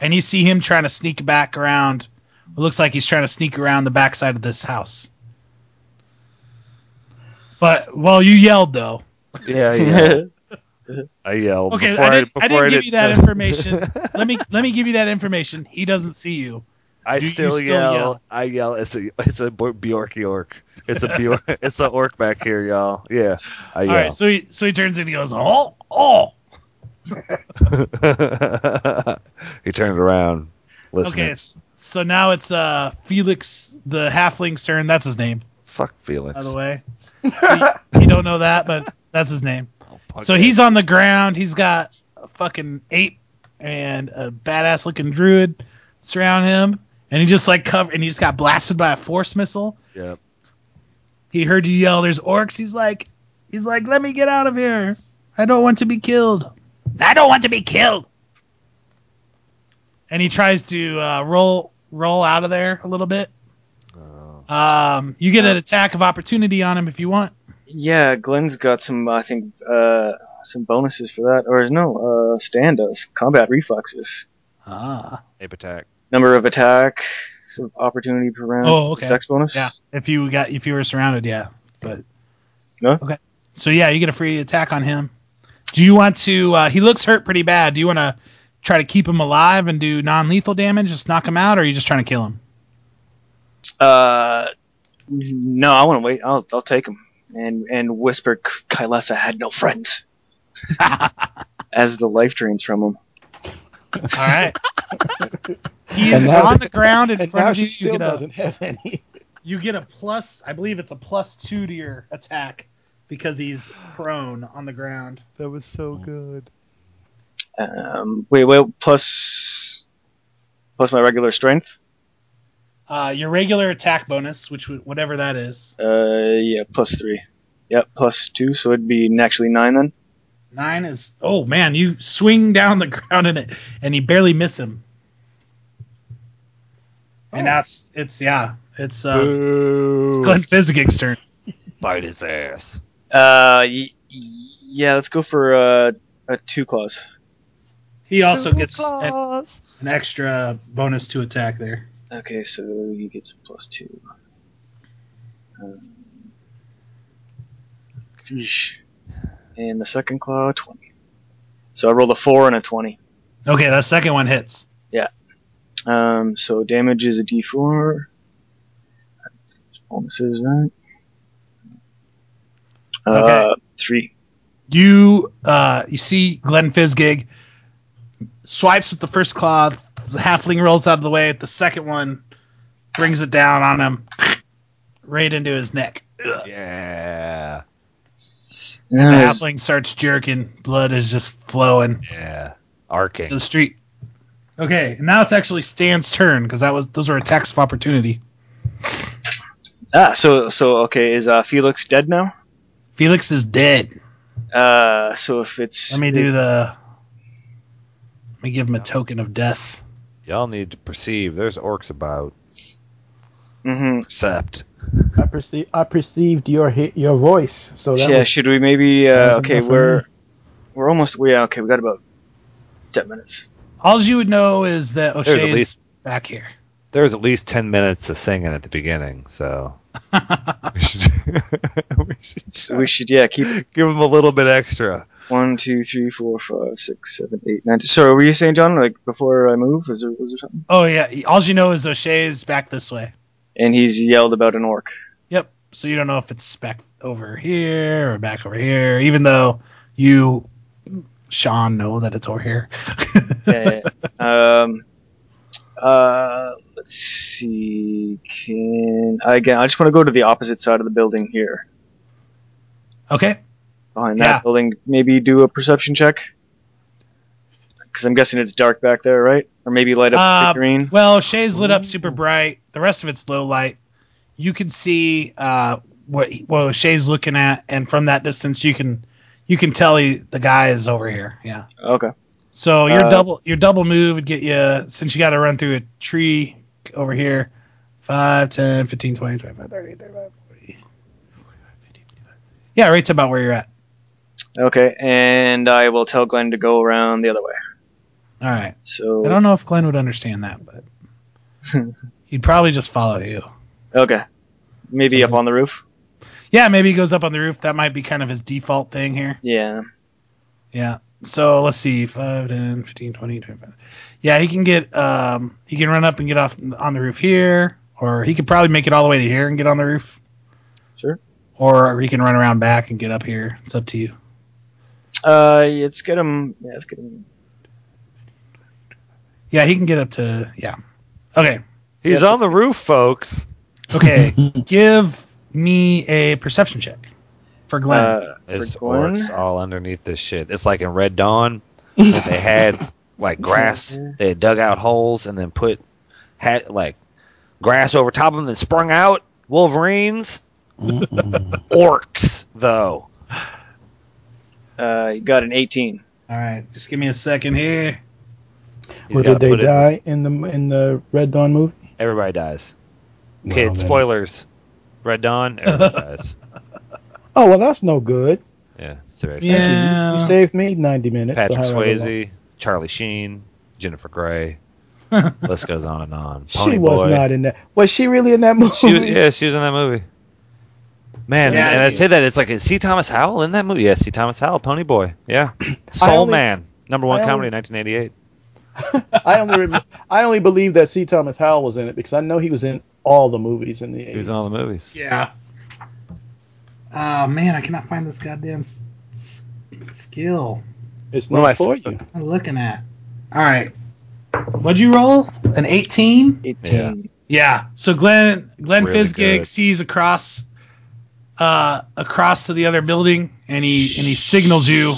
[SPEAKER 5] and you see him trying to sneak back around. It looks like he's trying to sneak around the backside of this house. But well, you yelled though.
[SPEAKER 3] Yeah, I yelled. I yelled.
[SPEAKER 5] Okay,
[SPEAKER 3] before
[SPEAKER 5] I didn't, I,
[SPEAKER 3] before
[SPEAKER 5] didn't give you that information. let me let me give you that information. He doesn't see you.
[SPEAKER 3] I
[SPEAKER 5] You- you
[SPEAKER 3] still,
[SPEAKER 5] still
[SPEAKER 3] yell,
[SPEAKER 5] yell.
[SPEAKER 3] I yell. It's a it's a Bo- Bjork York. It's a Bjork. it's a orc back here, y'all. Yeah, I
[SPEAKER 5] All right,
[SPEAKER 3] yell.
[SPEAKER 5] so he so he turns in. He goes, oh, oh.
[SPEAKER 3] he turned around.
[SPEAKER 5] Okay,
[SPEAKER 3] Listeners,
[SPEAKER 5] so now it's uh Felix the halfling's turn. That's his name,
[SPEAKER 3] fuck
[SPEAKER 5] by
[SPEAKER 3] Felix.
[SPEAKER 5] the way. you, you don't know that, but that's his name. So he's on the ground. He's got a fucking ape and a badass looking druid surround him, and he just like cover and he just got blasted by a force missile.
[SPEAKER 3] Yep.
[SPEAKER 5] He heard you yell, "There's orcs." He's like, he's like, "Let me get out of here. I don't want to be killed. I don't want to be killed." And he tries to uh, roll roll out of there a little bit.
[SPEAKER 3] Oh.
[SPEAKER 5] Um, you get an attack of opportunity on him if you want.
[SPEAKER 1] Yeah, Glenn's got some, I think, uh, some bonuses for that. Or no, uh, Stan does. Combat reflexes.
[SPEAKER 5] Ah,
[SPEAKER 3] Ape attack.
[SPEAKER 1] Number of attack, some opportunity per round.
[SPEAKER 5] Oh, okay.
[SPEAKER 1] His Dex bonus.
[SPEAKER 5] yeah. If you got if you were surrounded, yeah. But
[SPEAKER 1] No?
[SPEAKER 5] okay. So yeah, you get a free attack on him. Do you want to? Uh, he looks hurt pretty bad. Do you want to try to keep him alive and do non lethal damage, just knock him out, or are you just trying to kill him?
[SPEAKER 1] Uh, no, I want to wait. I'll, I'll take him. And and whisper, "K- Kylesa had no friends. As the life drains from him.
[SPEAKER 5] All right. he
[SPEAKER 4] And
[SPEAKER 5] is
[SPEAKER 4] now-
[SPEAKER 5] on the ground in
[SPEAKER 4] And
[SPEAKER 5] front
[SPEAKER 4] now
[SPEAKER 5] of you.
[SPEAKER 4] she
[SPEAKER 5] You
[SPEAKER 4] still
[SPEAKER 5] get, a,
[SPEAKER 4] doesn't have any.
[SPEAKER 5] you get a plus. I believe it's a plus two to your attack because he's prone on the ground.
[SPEAKER 3] That was so good.
[SPEAKER 1] Um, wait, wait, plus, plus my regular strength.
[SPEAKER 5] Uh, your regular attack bonus, which would- whatever that is,
[SPEAKER 1] Uh, yeah, plus three. Yep, plus two, so it'd be actually nine then.
[SPEAKER 5] nine is. Oh man, you swing down the ground in it, and you barely miss him. And that's it's yeah it's uh it's Glenn Fizzigig's turn.
[SPEAKER 3] Bite his ass.
[SPEAKER 1] Uh, y- y- yeah, let's go for uh, a two claws.
[SPEAKER 5] He also gets an, an extra bonus to attack there.
[SPEAKER 1] Okay, so you get some plus two. Um, yeesh. and the second claw, 20. So I rolled a four and a 20.
[SPEAKER 5] Okay, that second one hits.
[SPEAKER 1] Um, so damage is a d4. Bonuses, right?
[SPEAKER 5] Okay.
[SPEAKER 1] Uh, three.
[SPEAKER 5] You uh, you see Glenn Fizgig swipes with the first claw. The halfling rolls out of the way. The second one brings it down on him, right into his neck. Ugh.
[SPEAKER 3] Yeah.
[SPEAKER 5] The
[SPEAKER 1] Yeah, it's-
[SPEAKER 5] halfling starts jerking. Blood is just flowing
[SPEAKER 3] Yeah.
[SPEAKER 5] to
[SPEAKER 3] Arcing.
[SPEAKER 5] the street. Okay, now it's actually Stan's turn because that was those were attacks of opportunity.
[SPEAKER 1] ah, so so okay. Is uh, Felix dead now?
[SPEAKER 5] Felix is dead.
[SPEAKER 1] Uh, so if it's
[SPEAKER 5] Let me do the. Let me give him a token of death.
[SPEAKER 3] Y'all need to perceive. There's orcs about.
[SPEAKER 1] Mhm.
[SPEAKER 3] Percept.
[SPEAKER 4] I perceive. I perceived your he- your voice. So that
[SPEAKER 1] Yeah,
[SPEAKER 4] was
[SPEAKER 1] should we maybe?
[SPEAKER 4] that
[SPEAKER 1] Uh,
[SPEAKER 4] was
[SPEAKER 1] okay,
[SPEAKER 4] enough for
[SPEAKER 1] we're we're almost. We yeah, okay. We got about ten minutes.
[SPEAKER 5] All you would know is
[SPEAKER 3] at
[SPEAKER 5] that O'Shea is
[SPEAKER 3] least-
[SPEAKER 5] back here.
[SPEAKER 3] There was at least ten minutes of singing at the beginning, so we should, we should
[SPEAKER 1] So we should yeah keep
[SPEAKER 3] give them a little bit extra.
[SPEAKER 1] one, two, three, four, five, six, seven, eight, nine. So were you saying, John? Like before I move, was there was there something?
[SPEAKER 5] Oh yeah, all you know is O'Shea is back this way.
[SPEAKER 1] And he's yelled about an orc.
[SPEAKER 5] Yep. So you don't know if it's back over here or back over here, even though you, Sean, know that it's over here.
[SPEAKER 1] yeah, yeah. Um, uh, let's see. Can again? I just want to go to the opposite side of the building here,
[SPEAKER 5] Okay.
[SPEAKER 1] behind
[SPEAKER 5] Yeah.
[SPEAKER 1] that building. Maybe do a perception check. Because I'm guessing it's dark back there, right? Or maybe light up
[SPEAKER 5] Uh,
[SPEAKER 1] the green.
[SPEAKER 5] Well, O'Shea's lit up super bright. The rest of it's low light. You can see uh, what what O'Shea's looking at, and from that distance, you can you can tell he, the guy is over here. Yeah.
[SPEAKER 1] Okay.
[SPEAKER 5] So your
[SPEAKER 1] Uh,
[SPEAKER 5] double your double move would get you since you got to run through a tree over here. 5, 10, 15, 20, 25, 30, 35, 40. Yeah, right to about where you're at.
[SPEAKER 1] Okay, and I will tell Glenn to go around the other way.
[SPEAKER 5] All right. I
[SPEAKER 1] So
[SPEAKER 5] don't know if Glenn would understand that, but he'd probably just follow you.
[SPEAKER 1] okay, maybe
[SPEAKER 5] So
[SPEAKER 1] up on the roof.
[SPEAKER 5] Yeah, maybe he goes up on the roof. That might be kind of his default thing here.
[SPEAKER 1] Yeah.
[SPEAKER 5] Yeah. So let's see 5, 10, 15, 20, 25. Yeah, he can get um he can run up and get off on the roof here or he could probably make it all the way to here and get on the roof.
[SPEAKER 1] Sure.
[SPEAKER 5] Or he can run around back and get up here. It's up to you.
[SPEAKER 1] Uh, let's get him. Yeah, let's get him.
[SPEAKER 5] Yeah, he can get up to yeah. Okay.
[SPEAKER 3] He's
[SPEAKER 1] Yeah,
[SPEAKER 3] on the roof, folks.
[SPEAKER 5] Okay. Give me a perception check for Glenn.
[SPEAKER 1] Uh,
[SPEAKER 3] It's
[SPEAKER 1] for Glenn.
[SPEAKER 3] orcs all underneath this shit. It's like in Red Dawn, when they had like grass. They had dug out holes and then put had like grass over top of them that sprung out. Wolverines, orcs though.
[SPEAKER 1] Uh, you got an 18.
[SPEAKER 5] all right. Just give me a second here.
[SPEAKER 3] He's
[SPEAKER 4] Well,
[SPEAKER 3] gotta
[SPEAKER 4] did they
[SPEAKER 3] put it-
[SPEAKER 4] die in the in the Red Dawn movie?
[SPEAKER 3] Everybody dies.
[SPEAKER 4] Well,
[SPEAKER 3] Kid,
[SPEAKER 4] then-
[SPEAKER 3] spoilers. Red Dawn, everybody dies.
[SPEAKER 4] Oh well, that's no good.
[SPEAKER 3] Yeah, it's very
[SPEAKER 5] Yeah.
[SPEAKER 3] sad.
[SPEAKER 4] Thank you. You, you saved me ninety minutes. so
[SPEAKER 3] Patrick
[SPEAKER 4] how do I go back?
[SPEAKER 3] Swayze, Charlie Sheen, Jennifer Grey. List goes on and on.
[SPEAKER 4] She
[SPEAKER 3] Pony
[SPEAKER 4] was
[SPEAKER 3] Boy.
[SPEAKER 4] not in that. Was she really in that movie?
[SPEAKER 3] She was, yeah, she was in that movie. Man,
[SPEAKER 5] Yeah,
[SPEAKER 3] and I
[SPEAKER 5] she-
[SPEAKER 3] say that it's like is C. Thomas Howell in that movie? Yes, C. Thomas Howell, Pony Boy. Yeah,
[SPEAKER 4] I
[SPEAKER 3] Soul
[SPEAKER 4] only-
[SPEAKER 3] Man, number one
[SPEAKER 4] I
[SPEAKER 3] comedy, 1988.
[SPEAKER 4] I only rem- I only believe that C. Thomas Howell was in it because I know he was in all the movies in the 80s.
[SPEAKER 3] He was in all the movies.
[SPEAKER 5] Yeah. Oh man, I cannot find this goddamn s- s- skill.
[SPEAKER 4] It's
[SPEAKER 3] Well, I-
[SPEAKER 4] not for you.
[SPEAKER 5] I'm looking at. All right. What'd you roll? An 18?
[SPEAKER 1] 18.
[SPEAKER 5] Yeah. So Glenn Glenn
[SPEAKER 3] Really
[SPEAKER 5] Fizgig
[SPEAKER 3] good.
[SPEAKER 5] sees across uh across to the other building and he and he signals you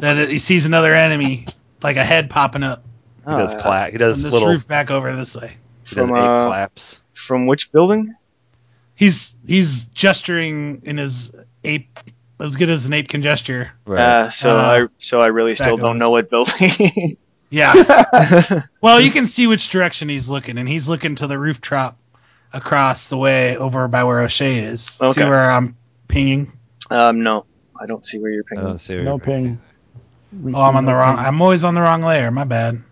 [SPEAKER 5] that he sees another enemy like a head popping up
[SPEAKER 3] He does
[SPEAKER 1] Ah,
[SPEAKER 3] clap. He
[SPEAKER 5] from
[SPEAKER 3] does
[SPEAKER 5] this
[SPEAKER 3] little.
[SPEAKER 5] roof back over this way.
[SPEAKER 3] He does
[SPEAKER 1] From,
[SPEAKER 3] ape
[SPEAKER 1] uh,
[SPEAKER 3] claps.
[SPEAKER 1] From which building?
[SPEAKER 5] He's he's gesturing in his ape as good as an ape can gesture.
[SPEAKER 3] Right.
[SPEAKER 1] Uh, so
[SPEAKER 5] Uh,
[SPEAKER 1] I so I really still
[SPEAKER 5] back on
[SPEAKER 1] don't know what building.
[SPEAKER 5] Yeah. well, you can see which direction he's looking and he's looking to the rooftop across the way over by where O'Shea is. See
[SPEAKER 1] Okay.
[SPEAKER 5] where I'm pinging?
[SPEAKER 1] um, no, I don't see where you're
[SPEAKER 3] Oh, I
[SPEAKER 1] pinging.
[SPEAKER 3] don't see
[SPEAKER 4] No
[SPEAKER 3] her.
[SPEAKER 4] ping.
[SPEAKER 5] Oh, I'm on the wrong. I'm always on the wrong layer. My bad.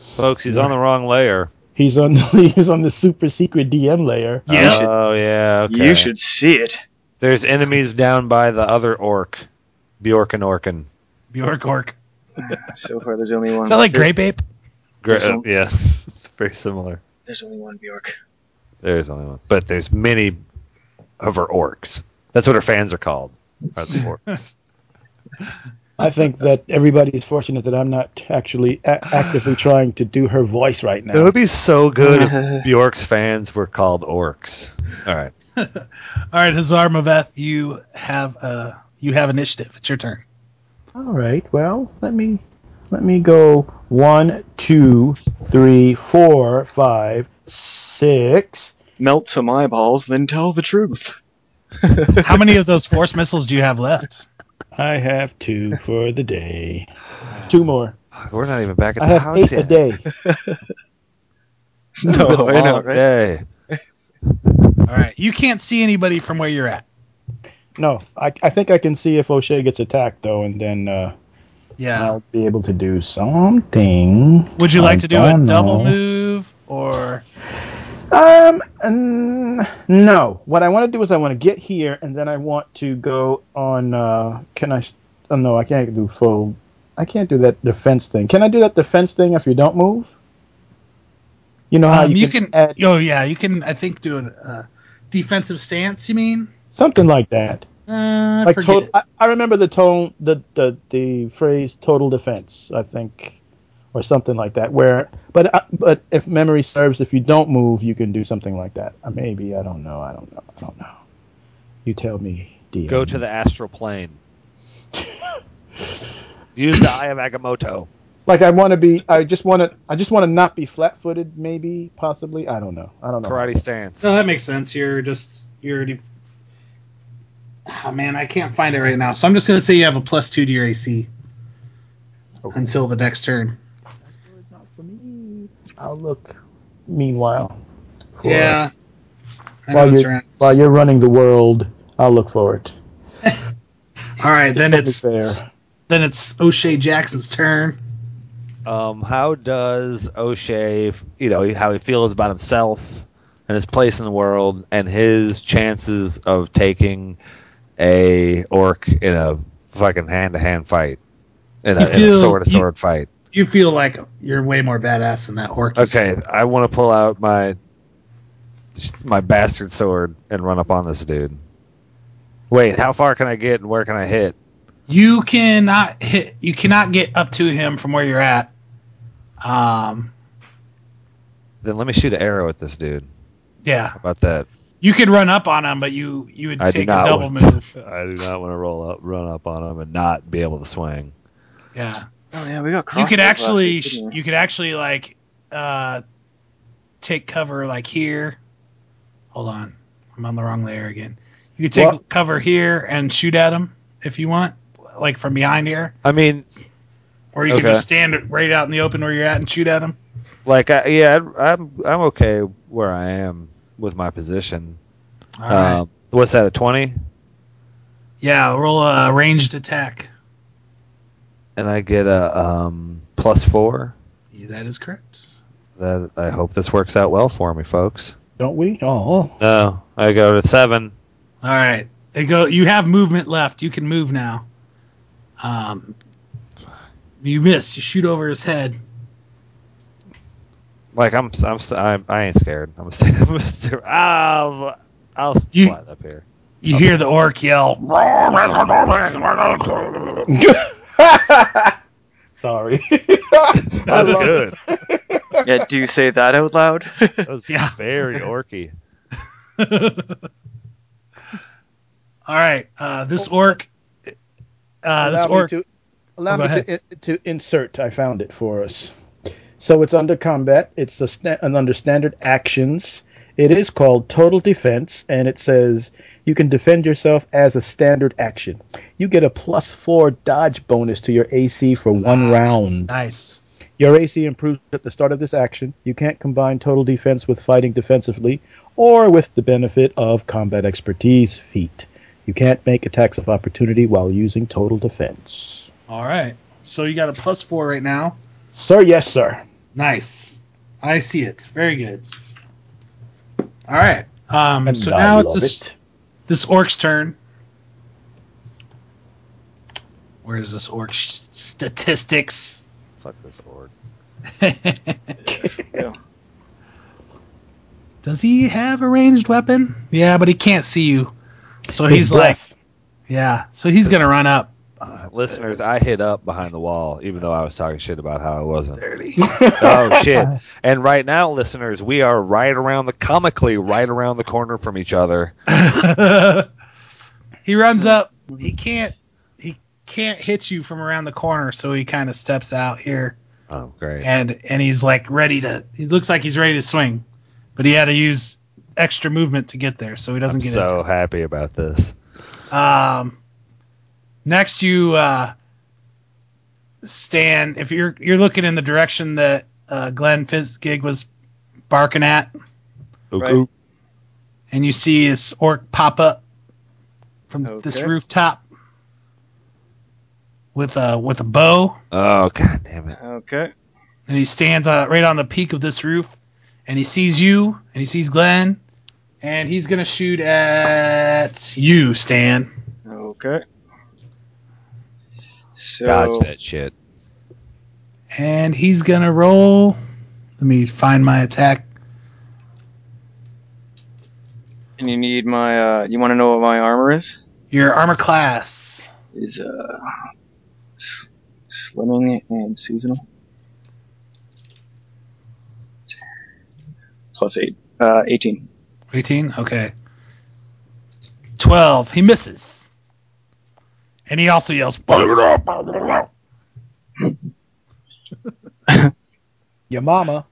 [SPEAKER 3] Folks, he's on the wrong layer.
[SPEAKER 4] He's on the, he's on the super secret DM layer.
[SPEAKER 5] Yeah.
[SPEAKER 1] should-
[SPEAKER 3] Oh yeah. Okay.
[SPEAKER 1] You should see it.
[SPEAKER 3] There's enemies down by the other orc, Bjork and Orkin.
[SPEAKER 5] Bjork Orc.
[SPEAKER 1] So far, there's only one.
[SPEAKER 5] Is that like
[SPEAKER 1] There-
[SPEAKER 5] Grape Ape?
[SPEAKER 3] Gr-
[SPEAKER 1] There's
[SPEAKER 3] uh,
[SPEAKER 1] only-
[SPEAKER 3] yeah, it's very similar.
[SPEAKER 1] There's only one Bjork.
[SPEAKER 3] There's only one, but there's many of her orcs. That's what her fans are called. are the orcs.
[SPEAKER 4] I think that everybody is fortunate that I'm not actually a- actively trying to do her voice right
[SPEAKER 3] it
[SPEAKER 4] now.
[SPEAKER 3] would be so good if Bjork's fans were called orcs. All right.
[SPEAKER 5] All right, Hazar Maveth, you have uh you have initiative. It's your turn.
[SPEAKER 4] All right. Well, let me let me go one, two, three, four, five, six.
[SPEAKER 1] Melt some eyeballs, then tell the truth.
[SPEAKER 5] How many of those force missiles do you have left?
[SPEAKER 4] I have two for the day. Two more.
[SPEAKER 3] We're not even back at
[SPEAKER 4] I
[SPEAKER 3] the
[SPEAKER 4] have
[SPEAKER 3] house
[SPEAKER 4] eight
[SPEAKER 3] yet.
[SPEAKER 4] a day.
[SPEAKER 3] It's been a long day.
[SPEAKER 5] All right, you can't see anybody from where you're at.
[SPEAKER 4] No, I, I think I can see if O'Shea gets attacked though, and then uh,
[SPEAKER 5] Yeah.
[SPEAKER 4] I'll be able to do something.
[SPEAKER 5] Would you
[SPEAKER 4] I
[SPEAKER 5] like to do a
[SPEAKER 4] don't
[SPEAKER 5] double
[SPEAKER 4] know.
[SPEAKER 5] move or
[SPEAKER 4] Um, n- no. What I want to do is I want to get here, and then I want to go on. Uh, can I? s- Oh, no, I can't do full. I can't do that defense thing. Can I do that defense thing if you don't move? You know how
[SPEAKER 5] um,
[SPEAKER 4] Uh, you,
[SPEAKER 5] you can?
[SPEAKER 4] add
[SPEAKER 5] oh yeah, you can. I think do a uh, defensive stance. You mean?
[SPEAKER 4] something like that.
[SPEAKER 5] Uh, I
[SPEAKER 4] like
[SPEAKER 5] forget.
[SPEAKER 4] total, I, I remember the tone, the, the the phrase "total defense," I think, or something like that. Where, but I- but if memory serves, if you don't move, you can do something like that. Uh, Maybe I don't know. I don't know. I don't know. You tell me. DM.
[SPEAKER 3] Go to the astral plane. Use the eye of Agamotto.
[SPEAKER 4] like. I want to be. I just want to. I just want to not be flat-footed. Maybe, possibly. I don't know. I don't know.
[SPEAKER 3] Karate stance.
[SPEAKER 5] No, that makes sense. You're just you're. De- Ah, man, I can't find it right now, so I'm just gonna say you have a plus two to your AC
[SPEAKER 4] Okay.
[SPEAKER 5] until the next turn.
[SPEAKER 4] Not for me. I'll look. Meanwhile, for-
[SPEAKER 5] Yeah. I know
[SPEAKER 4] While
[SPEAKER 5] it's
[SPEAKER 4] you-
[SPEAKER 5] around.
[SPEAKER 4] while you're running the world, I'll look for it.
[SPEAKER 5] All right, then
[SPEAKER 4] Something
[SPEAKER 5] it's
[SPEAKER 4] fair.
[SPEAKER 5] then it's O'Shea Jackson's turn.
[SPEAKER 3] Um, how does O'Shea, f- you know, how he feels about himself and his place in the world and his chances of taking a orc in a fucking hand to hand fight, in
[SPEAKER 5] He
[SPEAKER 3] a,
[SPEAKER 5] feels-
[SPEAKER 3] sword to sword fight?
[SPEAKER 5] You feel like you're way more badass than that orc. is.
[SPEAKER 3] Okay, I want to pull out my my bastard sword and run up on this dude. Wait, how far can I get and where can I hit?
[SPEAKER 5] You cannot hit. You cannot get up to him from where you're at. Um.
[SPEAKER 3] Then let me shoot an arrow at this dude.
[SPEAKER 5] Yeah,
[SPEAKER 3] How about that?
[SPEAKER 5] you could run up on him, but you you would
[SPEAKER 3] I do
[SPEAKER 5] take a
[SPEAKER 3] not
[SPEAKER 5] double
[SPEAKER 3] want-
[SPEAKER 5] move.
[SPEAKER 3] I do not want to roll up, run up on him, and not be able to swing.
[SPEAKER 5] Yeah.
[SPEAKER 1] Oh yeah, we got.
[SPEAKER 5] you
[SPEAKER 1] crossbows
[SPEAKER 5] could
[SPEAKER 1] last
[SPEAKER 5] actually
[SPEAKER 1] week,
[SPEAKER 5] sh-
[SPEAKER 1] didn't we?
[SPEAKER 5] you could actually like uh take cover like here hold on i'm on the wrong layer again you could take
[SPEAKER 4] Well-
[SPEAKER 5] cover here and shoot at him if you want like from behind here
[SPEAKER 3] I mean,
[SPEAKER 5] or you could
[SPEAKER 3] Okay.
[SPEAKER 5] just stand right out in the open where you're at and shoot at him
[SPEAKER 3] like, I, yeah, I'd- I'm I'm okay where I am with my position.
[SPEAKER 5] All right.
[SPEAKER 3] Um, what's that? A twenty?
[SPEAKER 5] yeah roll a ranged attack
[SPEAKER 3] And I get a um, plus four.
[SPEAKER 5] Yeah, that is correct
[SPEAKER 3] That I hope this works out well for me, folks.
[SPEAKER 4] Don't we? Oh.
[SPEAKER 3] No, I go to seven.
[SPEAKER 5] all right it go you have movement left you can move now um you miss you shoot over his head
[SPEAKER 3] Like I'm, I'm, I'm I ain't scared. I'm, I'm, I'm I'll, I'll
[SPEAKER 5] You-
[SPEAKER 3] slide up here.
[SPEAKER 5] You hear the orc yell.
[SPEAKER 4] Sorry.
[SPEAKER 3] That was good.
[SPEAKER 1] yeah, do you say that out loud?
[SPEAKER 3] That was
[SPEAKER 5] Yeah.
[SPEAKER 3] very orky.
[SPEAKER 5] All right, uh, this orc. Uh, this
[SPEAKER 4] allow
[SPEAKER 5] orc.
[SPEAKER 4] me to allow
[SPEAKER 5] go
[SPEAKER 4] me to, in- to insert. I found it for us. So it's under combat. It's the sta- and under standard actions. It is called total defense, and it says you can defend yourself as a standard action. You get a plus four dodge bonus to your AC for one round.
[SPEAKER 5] Nice.
[SPEAKER 4] Your AC improves at the start of this action. You can't combine total defense with fighting defensively or with the benefit of combat expertise feat. You can't make attacks of opportunity while using total defense.
[SPEAKER 5] All right. So you got a plus four right now.
[SPEAKER 4] Sir, yes, sir.
[SPEAKER 5] Nice. I see it. Very good. All right. Um, so
[SPEAKER 4] I
[SPEAKER 5] now it's
[SPEAKER 4] love
[SPEAKER 5] this,
[SPEAKER 4] it.
[SPEAKER 5] this orc's turn. Where is this orc sh- statistics?
[SPEAKER 3] Fuck this orc.
[SPEAKER 5] Does he have a ranged weapon? Yeah, but he can't see you. So he's like Yeah. So he's gonna run up.
[SPEAKER 3] Listeners, I hid up behind the wall, even though I was talking shit about how I wasn't. oh shit! And right now, listeners, we are right around the comically right around the corner from each other.
[SPEAKER 5] he runs up. He can't. He can't hit you from around the corner. So he kind of steps out here,
[SPEAKER 3] Oh great!
[SPEAKER 5] and and he's like ready to. He looks like he's ready to swing, but he had to use extra movement to get there, so he doesn't
[SPEAKER 3] I'm
[SPEAKER 5] get
[SPEAKER 3] so happy about this.
[SPEAKER 5] it. Um. Next, you uh, Stan. If you're you're looking in the direction that uh, Glenn Fitzgig was barking at,
[SPEAKER 3] Oop,
[SPEAKER 1] Right.
[SPEAKER 3] oop.
[SPEAKER 5] and you see his orc pop up from this
[SPEAKER 1] Okay.
[SPEAKER 5] rooftop with a with a bow,
[SPEAKER 3] Oh god damn it!
[SPEAKER 1] Okay.
[SPEAKER 5] and he stands uh, right on the peak of this roof, and he sees you, and he sees Glenn, and he's gonna shoot at you, Stan.
[SPEAKER 1] Okay. So
[SPEAKER 3] Dodge that shit.
[SPEAKER 5] And he's gonna roll. Let me find my attack.
[SPEAKER 1] and you need my. Uh, you want to know what my armor is?
[SPEAKER 5] Your armor class.
[SPEAKER 1] Is uh, s- slimming and seasonal. Plus eight. Uh, eighteen.
[SPEAKER 5] 18? Okay. 12. He misses. And he also yells,
[SPEAKER 4] Your mama.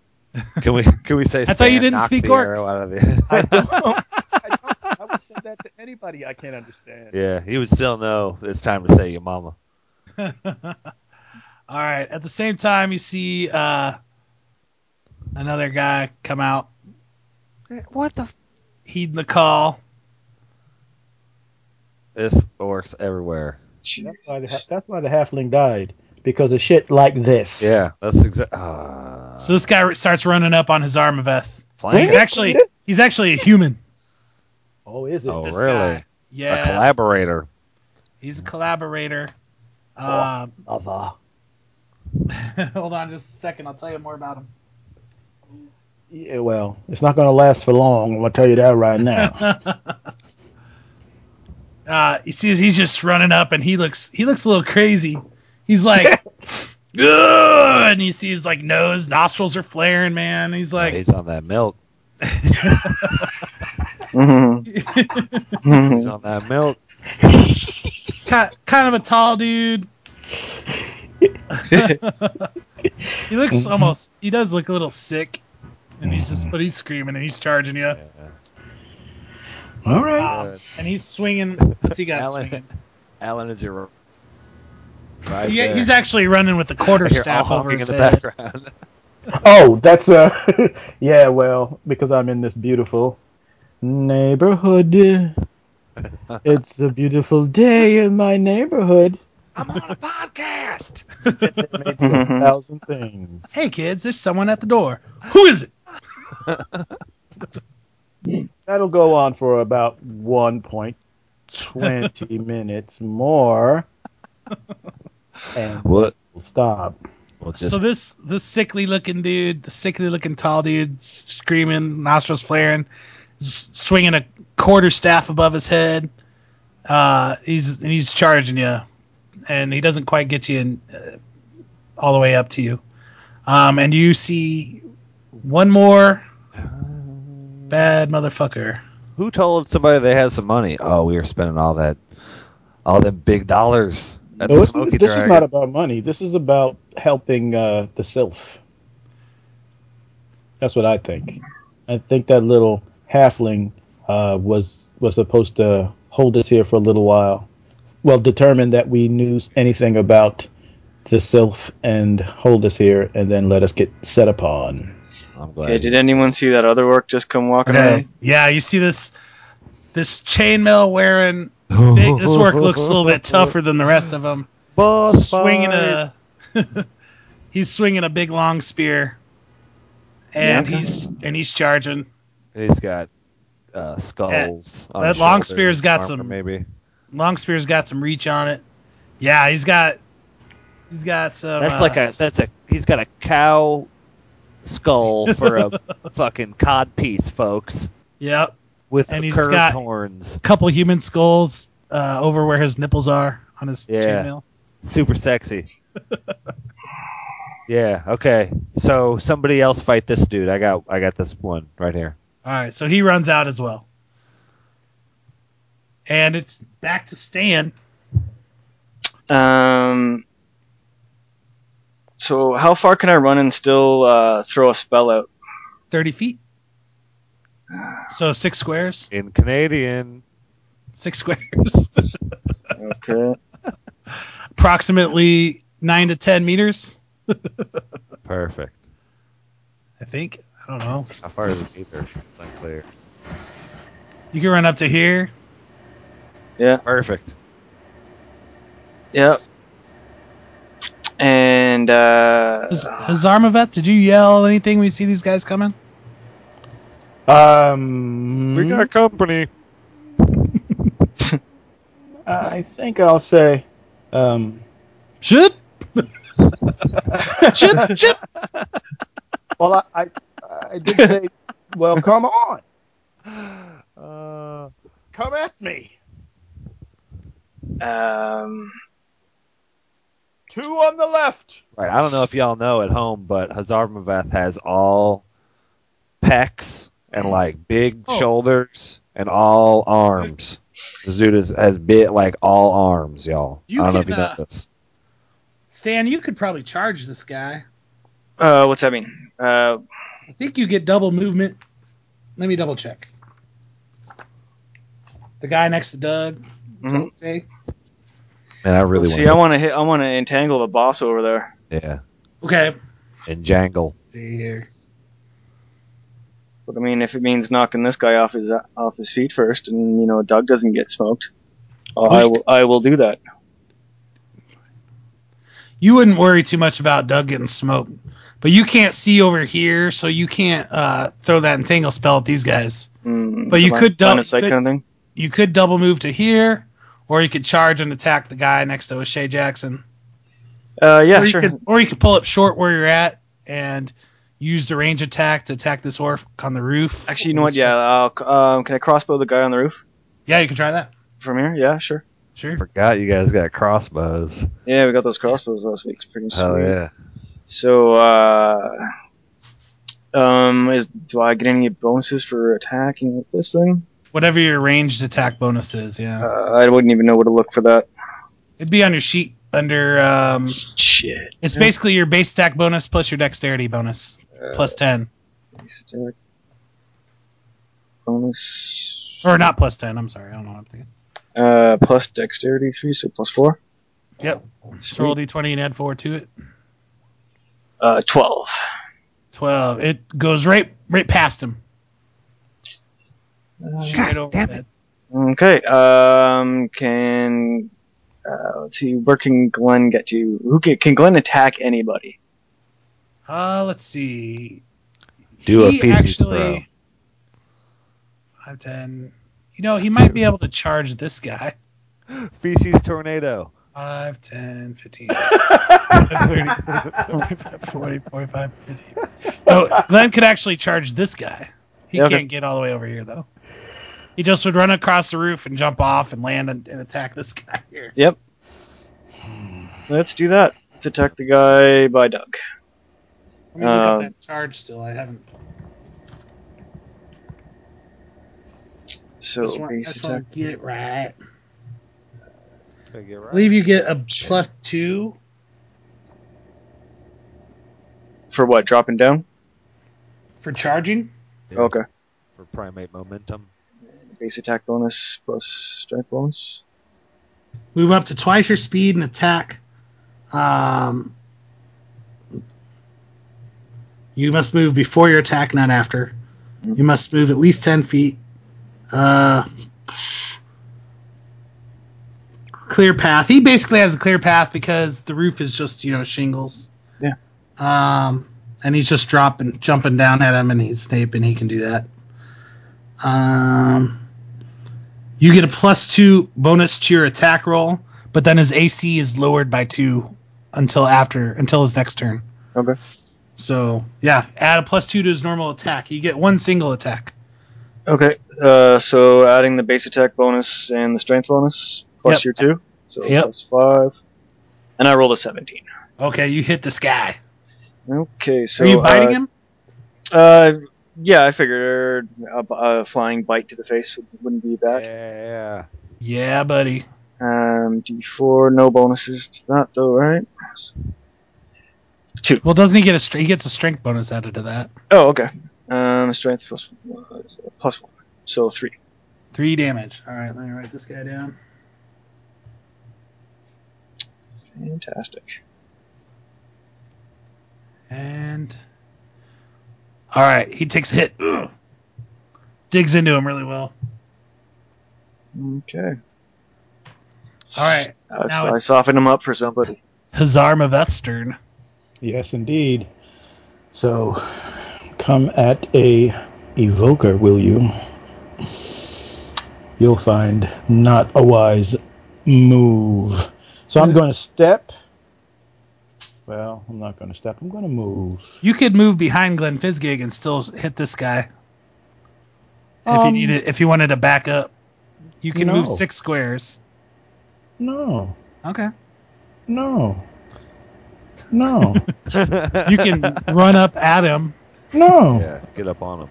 [SPEAKER 3] Can we can we say?
[SPEAKER 5] thought
[SPEAKER 3] Stan
[SPEAKER 5] you didn't
[SPEAKER 3] knocked
[SPEAKER 5] speak
[SPEAKER 3] the
[SPEAKER 5] orc.
[SPEAKER 3] arrow out of the-
[SPEAKER 4] I don't. I, don't, I would say that to anybody I can't understand.
[SPEAKER 3] yeah, he would still know it's time to say your mama.
[SPEAKER 5] All right. At the same time, you see uh, another guy come out, Eh,
[SPEAKER 3] What the? F-
[SPEAKER 5] heeding the call.
[SPEAKER 3] this orcs everywhere.
[SPEAKER 4] That's why, the, ha- that's why the halfling died because of shit like this.
[SPEAKER 3] Yeah, that's exactly. Uh,
[SPEAKER 5] So this guy starts running up on his Armaveth.
[SPEAKER 3] flank
[SPEAKER 5] He's
[SPEAKER 3] it?
[SPEAKER 5] actually he's actually a human.
[SPEAKER 4] Oh, is it?
[SPEAKER 3] Oh
[SPEAKER 5] this
[SPEAKER 3] really?
[SPEAKER 5] guy.
[SPEAKER 3] A
[SPEAKER 5] Yeah,
[SPEAKER 3] collaborator.
[SPEAKER 5] he's a collaborator. Uh,
[SPEAKER 4] Lava.
[SPEAKER 5] hold on just a second. I'll tell you more about him.
[SPEAKER 4] Yeah, well, it's not going to last for long. I'm going to tell you that right now.
[SPEAKER 5] uh, you see, he's just running up, and he looks he looks a little crazy. He's like, "Ugh," and you see his like nose, nostrils are flaring, man. He's like,
[SPEAKER 3] he's on that milk.
[SPEAKER 1] Mm-hmm.
[SPEAKER 3] He's on that milk.
[SPEAKER 5] kind, kind of a tall dude. he looks
[SPEAKER 3] Mm-hmm.
[SPEAKER 5] almost. He does look a little sick, and he's just. But he's screaming and he's charging you,
[SPEAKER 4] All right.
[SPEAKER 5] Um, and he's swinging. What's he got?
[SPEAKER 3] Alan-
[SPEAKER 5] swinging?
[SPEAKER 3] Alan is your right.
[SPEAKER 5] He-
[SPEAKER 3] there.
[SPEAKER 5] he's actually running with the quarter
[SPEAKER 3] I hear
[SPEAKER 5] staff
[SPEAKER 3] all
[SPEAKER 5] over
[SPEAKER 3] honking
[SPEAKER 5] his
[SPEAKER 3] in the
[SPEAKER 5] head.
[SPEAKER 3] background.
[SPEAKER 4] Oh, that's uh yeah, well, because I'm in this beautiful neighborhood. It's a beautiful day in my neighborhood.
[SPEAKER 3] I'm on a podcast.
[SPEAKER 4] Maybe a thousand things.
[SPEAKER 5] Hey kids, there's someone at the door. Who is it?
[SPEAKER 4] That'll go on for about one point twenty minutes more. And
[SPEAKER 3] What?
[SPEAKER 4] we'll stop.
[SPEAKER 3] Well, just
[SPEAKER 5] so this this sickly looking dude, the sickly looking tall dude, s- screaming, nostrils flaring, s- swinging a quarter staff above his head. Uh, he's and he's charging you, and he doesn't quite get you in, uh, all the way up to you. Um, and you see one more bad motherfucker.
[SPEAKER 3] who told somebody they had some money? Oh, we were spending all that, all them big dollars at
[SPEAKER 4] No,
[SPEAKER 3] the
[SPEAKER 4] it's,
[SPEAKER 3] Smoky
[SPEAKER 4] this is
[SPEAKER 3] Dragon.
[SPEAKER 4] not about money. This is about helping uh, the self. That's what I think. I think that little halfling uh, was was supposed to hold us here for a little while. Well, determine that we knew anything about the self and hold us here, and then let us get set upon.
[SPEAKER 3] I'm
[SPEAKER 1] Okay.
[SPEAKER 3] glad.
[SPEAKER 1] Did anyone see that other work just come walking
[SPEAKER 5] Okay.
[SPEAKER 1] around?
[SPEAKER 5] Uh, Yeah, you see this this chainmail wearing. Big, this work looks a little bit tougher than the rest of them.
[SPEAKER 3] Boss
[SPEAKER 5] swinging uh,
[SPEAKER 3] fight.
[SPEAKER 5] a he's swinging a big long spear and
[SPEAKER 1] Yeah.
[SPEAKER 5] he's and he's charging
[SPEAKER 3] He's got uh, skulls. on
[SPEAKER 5] that
[SPEAKER 3] his
[SPEAKER 5] long
[SPEAKER 3] shoulders,
[SPEAKER 5] spear's got
[SPEAKER 3] armor
[SPEAKER 5] some-
[SPEAKER 3] Maybe
[SPEAKER 5] long spear's got some reach on it yeah he's got he's got some
[SPEAKER 3] that's
[SPEAKER 5] uh,
[SPEAKER 3] like a that's a he's got a cow skull for a fucking cod piece, folks,
[SPEAKER 5] yep
[SPEAKER 3] with
[SPEAKER 5] And he's
[SPEAKER 3] curved
[SPEAKER 5] got-
[SPEAKER 3] horns.
[SPEAKER 5] couple human skulls uh, over where his nipples are on his
[SPEAKER 3] Yeah.
[SPEAKER 5] chainmail.
[SPEAKER 3] Super sexy. yeah. Okay. So somebody else fight this dude. I got I got this one right here.
[SPEAKER 5] All right, so he runs out as well, and it's back to Stan.
[SPEAKER 1] Um. So how far can I run and still uh, throw a spell out?
[SPEAKER 5] Thirty feet. So six squares.
[SPEAKER 3] In Canadian,
[SPEAKER 5] Six squares.
[SPEAKER 1] Okay.
[SPEAKER 5] Approximately nine to ten meters.
[SPEAKER 3] perfect.
[SPEAKER 5] I think. I don't know.
[SPEAKER 3] How far is it either? It's unclear.
[SPEAKER 5] You can run up to here.
[SPEAKER 3] Perfect.
[SPEAKER 1] Yep. And uh,
[SPEAKER 5] Is, is Zarmavet, did you yell anything when you see these guys coming?
[SPEAKER 4] Um,
[SPEAKER 3] We got company.
[SPEAKER 4] I think I'll say, um,
[SPEAKER 5] Shit! shit! Shit!
[SPEAKER 4] well, I, I, I did say, well, come on,
[SPEAKER 3] Uh,
[SPEAKER 4] come at me.
[SPEAKER 1] um,
[SPEAKER 4] Two on the left.
[SPEAKER 3] right. I don't know if y'all know at home, but Hazarmavath has all pecs and like big
[SPEAKER 5] Oh.
[SPEAKER 3] shoulders and all arms. This dude is, has bit like all arms, y'all.
[SPEAKER 5] You
[SPEAKER 3] I don't know if
[SPEAKER 5] can,
[SPEAKER 3] you know
[SPEAKER 5] uh,
[SPEAKER 3] this.
[SPEAKER 5] Stan, you could probably charge this guy.
[SPEAKER 1] uh, what's that mean? Uh,
[SPEAKER 5] I think you get double movement. Let me double check. The guy next to Doug,
[SPEAKER 1] mhm.
[SPEAKER 5] say.
[SPEAKER 3] Man, I really
[SPEAKER 1] see, I
[SPEAKER 3] want.
[SPEAKER 1] want to hit. I want to entangle the boss over there.
[SPEAKER 3] Yeah,
[SPEAKER 5] Okay.
[SPEAKER 3] and jangle.
[SPEAKER 5] see here.
[SPEAKER 1] But I mean, if it means knocking this guy off his off his feet first, and you know, Doug doesn't get smoked, uh, I will. I will do that.
[SPEAKER 5] You wouldn't worry too much about Doug getting smoked, but you can't see over here, so you can't uh, throw that entangle spell at these guys.
[SPEAKER 1] Mm,
[SPEAKER 5] But you
[SPEAKER 1] line-
[SPEAKER 5] could
[SPEAKER 1] line
[SPEAKER 5] dou-
[SPEAKER 1] of sight
[SPEAKER 5] could-
[SPEAKER 1] kind of thing.
[SPEAKER 5] You could double move to here, or you could charge and attack the guy next to O'Shea Jackson.
[SPEAKER 1] Uh, yeah,
[SPEAKER 5] or you
[SPEAKER 1] sure.
[SPEAKER 5] Could, or you could pull up short where you're at and use the range attack to attack this orc on the roof.
[SPEAKER 1] Actually, you know what? Yeah, I'll, um, can I crossbow the guy on the roof
[SPEAKER 5] Yeah, you can try that.
[SPEAKER 1] from here? Yeah, sure.
[SPEAKER 5] Sure.
[SPEAKER 3] Forgot you guys got crossbows.
[SPEAKER 1] Yeah, we got those crossbows last week. It's pretty sweet.
[SPEAKER 3] Oh yeah.
[SPEAKER 1] So, uh, um, is do I get any bonuses for attacking with this thing?
[SPEAKER 5] Whatever your ranged attack bonus is, yeah.
[SPEAKER 1] Uh, I wouldn't even know where to look for that.
[SPEAKER 5] It'd be on your sheet under um
[SPEAKER 1] Shit.
[SPEAKER 5] it's
[SPEAKER 1] Yeah. Uh,
[SPEAKER 5] basically your base attack bonus plus your dexterity bonus. plus ten.
[SPEAKER 1] Base attack. Bonus.
[SPEAKER 5] Or not plus ten, I'm sorry, I don't know what I'm thinking.
[SPEAKER 1] Uh, plus dexterity three, so plus four.
[SPEAKER 5] Yep. Just roll
[SPEAKER 1] Sweet.
[SPEAKER 5] D twenty and add four to it.
[SPEAKER 1] Uh, twelve.
[SPEAKER 5] Twelve. It goes right right past him. Straight over his head.
[SPEAKER 1] Okay. Um, can uh, let's see. Where can Glenn get to? Who can, can Glenn attack anybody?
[SPEAKER 5] Uh let's see.
[SPEAKER 3] Do
[SPEAKER 5] He
[SPEAKER 3] a feces
[SPEAKER 5] actually-
[SPEAKER 3] throw.
[SPEAKER 5] Five ten. You know, he might be able to charge this guy.
[SPEAKER 3] Feces tornado.
[SPEAKER 5] 5, 10, 15, 30, 45, 40, 45, 50. Oh, Glenn could actually charge this guy. He
[SPEAKER 1] Yeah, okay.
[SPEAKER 5] can't get all the way over here, though. He just would run across the roof and jump off and land and, and attack this guy here.
[SPEAKER 1] Let's do that. Let's attack the guy by Doug.
[SPEAKER 5] Let me look
[SPEAKER 1] Um,
[SPEAKER 5] up that charge still. I haven't.
[SPEAKER 1] So
[SPEAKER 5] Just want,
[SPEAKER 1] base
[SPEAKER 5] just want
[SPEAKER 1] attack.
[SPEAKER 5] to get it right. I believe you get a plus two.
[SPEAKER 1] For what? Dropping down?
[SPEAKER 5] For charging?
[SPEAKER 1] Okay.
[SPEAKER 3] For primate momentum.
[SPEAKER 1] Base attack bonus plus strength bonus.
[SPEAKER 5] Move up to twice your speed and attack. Um, you must move before your attack, not after. You must move at least 10 feet. Uh, clear path. He basically has a clear path because the roof is just, you know, shingles.
[SPEAKER 1] Yeah.
[SPEAKER 5] Um, and he's just dropping, jumping down at him, and he's sniping. He can do that. Um, you get a plus two bonus to your attack roll, but then his AC is lowered by two until after until his next turn.
[SPEAKER 1] Okay.
[SPEAKER 5] So yeah, add a plus two to his normal attack. You get one single attack
[SPEAKER 1] Okay, uh, so adding the base attack bonus and the strength bonus plus your two, so
[SPEAKER 5] Yep.
[SPEAKER 1] plus five, and I rolled a seventeen.
[SPEAKER 5] Okay, you hit this guy.
[SPEAKER 1] Okay, so
[SPEAKER 5] Are you biting
[SPEAKER 1] uh,
[SPEAKER 5] him?
[SPEAKER 1] Uh, yeah, I figured a, b- a flying bite to the face would, wouldn't be bad.
[SPEAKER 3] Yeah.
[SPEAKER 5] Yeah, buddy.
[SPEAKER 1] Um, D4, no bonuses to that though, right?
[SPEAKER 5] Well, doesn't he get a str- he gets a strength bonus added to that?
[SPEAKER 1] Oh, okay. Um, strength plus one, plus one, so three.
[SPEAKER 5] Three damage. All right, let me write this guy down.
[SPEAKER 1] Fantastic.
[SPEAKER 5] And all right, he takes a hit. Ugh. Digs into him really well.
[SPEAKER 1] Okay.
[SPEAKER 5] All right,
[SPEAKER 1] I,
[SPEAKER 5] Now
[SPEAKER 1] I
[SPEAKER 5] it's-
[SPEAKER 1] softened him up for somebody.
[SPEAKER 5] Hazar Maveth's turn.
[SPEAKER 4] Yes, indeed. So, come at a evoker, will you? You'll find not a wise move. So I'm going to step. Well, I'm not going to step. I'm going to move.
[SPEAKER 5] You could move behind Glenn Fizgig and still hit this guy. if you
[SPEAKER 4] Um,
[SPEAKER 5] needed, if you wanted to back up, you can move
[SPEAKER 4] No.
[SPEAKER 5] six squares.
[SPEAKER 4] No,
[SPEAKER 5] Okay.
[SPEAKER 4] no, no,
[SPEAKER 5] You can run up at him.
[SPEAKER 4] no.
[SPEAKER 3] Yeah, get up on him.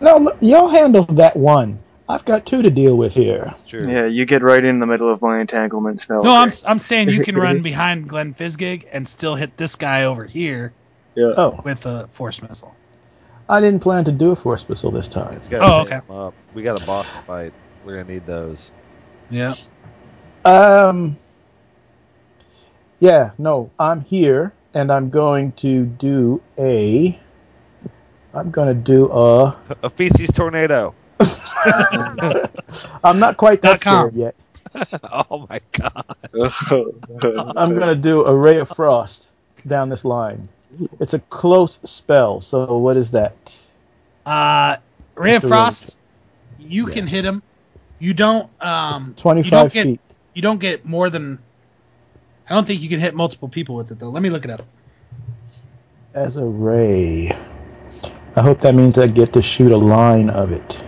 [SPEAKER 4] No, look, y'all handle that one. I've got two to deal with here.
[SPEAKER 3] That's true.
[SPEAKER 1] Yeah, you get right in the middle of my entanglement spell.
[SPEAKER 5] No, I'm
[SPEAKER 1] there.
[SPEAKER 5] s- I'm saying you can run behind Glenn Fizgig and still hit this guy over here
[SPEAKER 4] Oh,
[SPEAKER 5] with a force missile.
[SPEAKER 4] I didn't plan to do a force missile this time.
[SPEAKER 3] It's gotta
[SPEAKER 5] Oh,
[SPEAKER 3] save
[SPEAKER 5] okay.
[SPEAKER 3] him up. We got a boss to fight. We're gonna need those.
[SPEAKER 5] Yeah.
[SPEAKER 4] Um. Yeah, no, I'm here, and I'm going to do a. I'm going to do a.
[SPEAKER 3] A feces tornado.
[SPEAKER 4] I'm not quite that
[SPEAKER 5] Dot com.
[SPEAKER 4] scared yet.
[SPEAKER 3] oh my god.
[SPEAKER 4] I'm going to do a ray of frost down this line. It's a close spell, so what is that?
[SPEAKER 5] Uh, Ray of
[SPEAKER 4] Mr.
[SPEAKER 5] Frost, you can hit him. You don't. Um, you don't
[SPEAKER 4] 25
[SPEAKER 5] get,
[SPEAKER 4] feet.
[SPEAKER 5] You don't get more than. I don't think you can hit multiple people with it though. Let me look it up.
[SPEAKER 4] as a ray. I hope that means I get to shoot a line of it.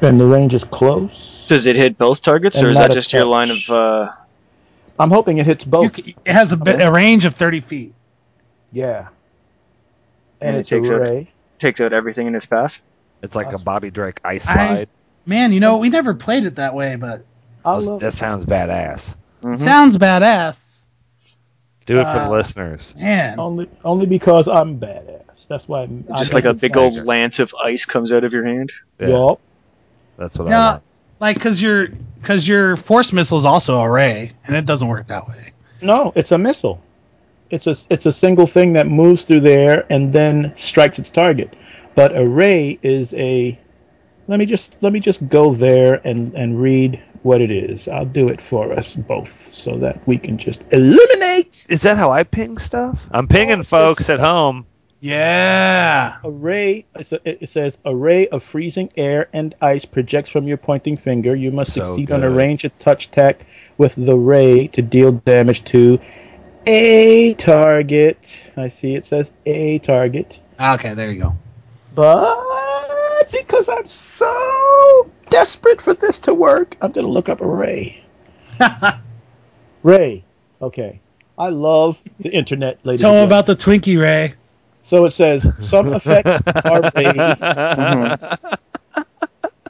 [SPEAKER 4] And the range is close.
[SPEAKER 1] Does it hit both targets,
[SPEAKER 4] And
[SPEAKER 1] or is
[SPEAKER 4] not
[SPEAKER 1] that
[SPEAKER 4] a
[SPEAKER 1] just your line of?
[SPEAKER 4] touch.
[SPEAKER 1] Uh,
[SPEAKER 4] I'm hoping it hits
[SPEAKER 5] You
[SPEAKER 4] both.
[SPEAKER 5] c it has a, bit, a range of thirty feet.
[SPEAKER 4] yeah. And,
[SPEAKER 1] And it
[SPEAKER 4] it's
[SPEAKER 1] takes
[SPEAKER 4] a
[SPEAKER 1] out-
[SPEAKER 4] ray.
[SPEAKER 1] takes out everything in its path.
[SPEAKER 3] It's like a
[SPEAKER 4] Awesome.
[SPEAKER 3] Bobby Drake ice
[SPEAKER 5] I-
[SPEAKER 3] slide.
[SPEAKER 5] Man, you know we never played it that way, but
[SPEAKER 4] I
[SPEAKER 3] That's-
[SPEAKER 4] love
[SPEAKER 3] that sounds badass.
[SPEAKER 1] Mhm.
[SPEAKER 5] sounds badass.
[SPEAKER 3] Do it for the
[SPEAKER 5] Uh,
[SPEAKER 3] listeners.
[SPEAKER 5] Man,
[SPEAKER 4] only only because I'm badass. That's why I'm
[SPEAKER 1] Just
[SPEAKER 4] I
[SPEAKER 1] like a
[SPEAKER 4] love
[SPEAKER 1] big
[SPEAKER 4] that.
[SPEAKER 1] old lance of ice comes out of your hand.
[SPEAKER 3] Yeah,
[SPEAKER 4] Yup.
[SPEAKER 3] That's what I
[SPEAKER 5] Yeah.
[SPEAKER 3] want.
[SPEAKER 5] like because your because your force missile is also a ray, and it doesn't work that way.
[SPEAKER 4] No, it's a missile. It's a it's a single thing that moves through the air and then strikes its target. But a ray is a let me just let me just go there and and read what it is. I'll do it for us both so that we can just eliminate
[SPEAKER 3] Is that how I ping stuff? I'm pinging folks at home.
[SPEAKER 5] Yeah.
[SPEAKER 4] a ray. It's a, it it says a ray of freezing air and ice projects from your pointing finger. You must
[SPEAKER 3] So
[SPEAKER 4] succeed on a
[SPEAKER 3] good.
[SPEAKER 4] range of touch attack with the ray to deal damage to a target. I see it says a target.
[SPEAKER 5] Okay, there you go.
[SPEAKER 4] But because I'm so desperate for this to work, I'm going to look up a Ray. Ray. Okay. I love the internet, ladies.
[SPEAKER 5] Tell
[SPEAKER 4] and gentlemen.
[SPEAKER 5] him about the Twinkie Ray.
[SPEAKER 4] So it says some effects are rays.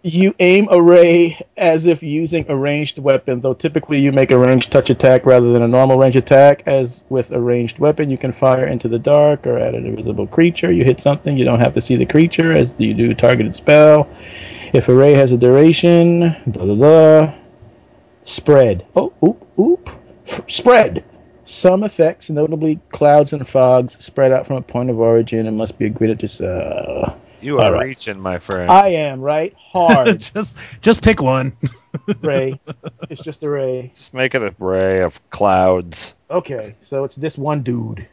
[SPEAKER 4] You aim a ray as if using a ranged weapon, though typically you make a ranged touch attack rather than a normal range attack. As with a ranged weapon, you can fire into the dark or at an invisible creature. You hit something, you don't have to see the creature as you do a targeted spell. If a ray has a duration, da da da. Spread. Oh, oop, oop. F- spread. Some effects, notably clouds and fogs, spread out from a point of origin and must be agreed uh, to. So.
[SPEAKER 3] You are
[SPEAKER 4] All right.
[SPEAKER 3] reaching, my friend.
[SPEAKER 4] I am, right? Hard.
[SPEAKER 5] just just pick one.
[SPEAKER 4] ray. It's just a ray.
[SPEAKER 3] Just make it a ray of clouds.
[SPEAKER 4] Okay, so it's this one dude.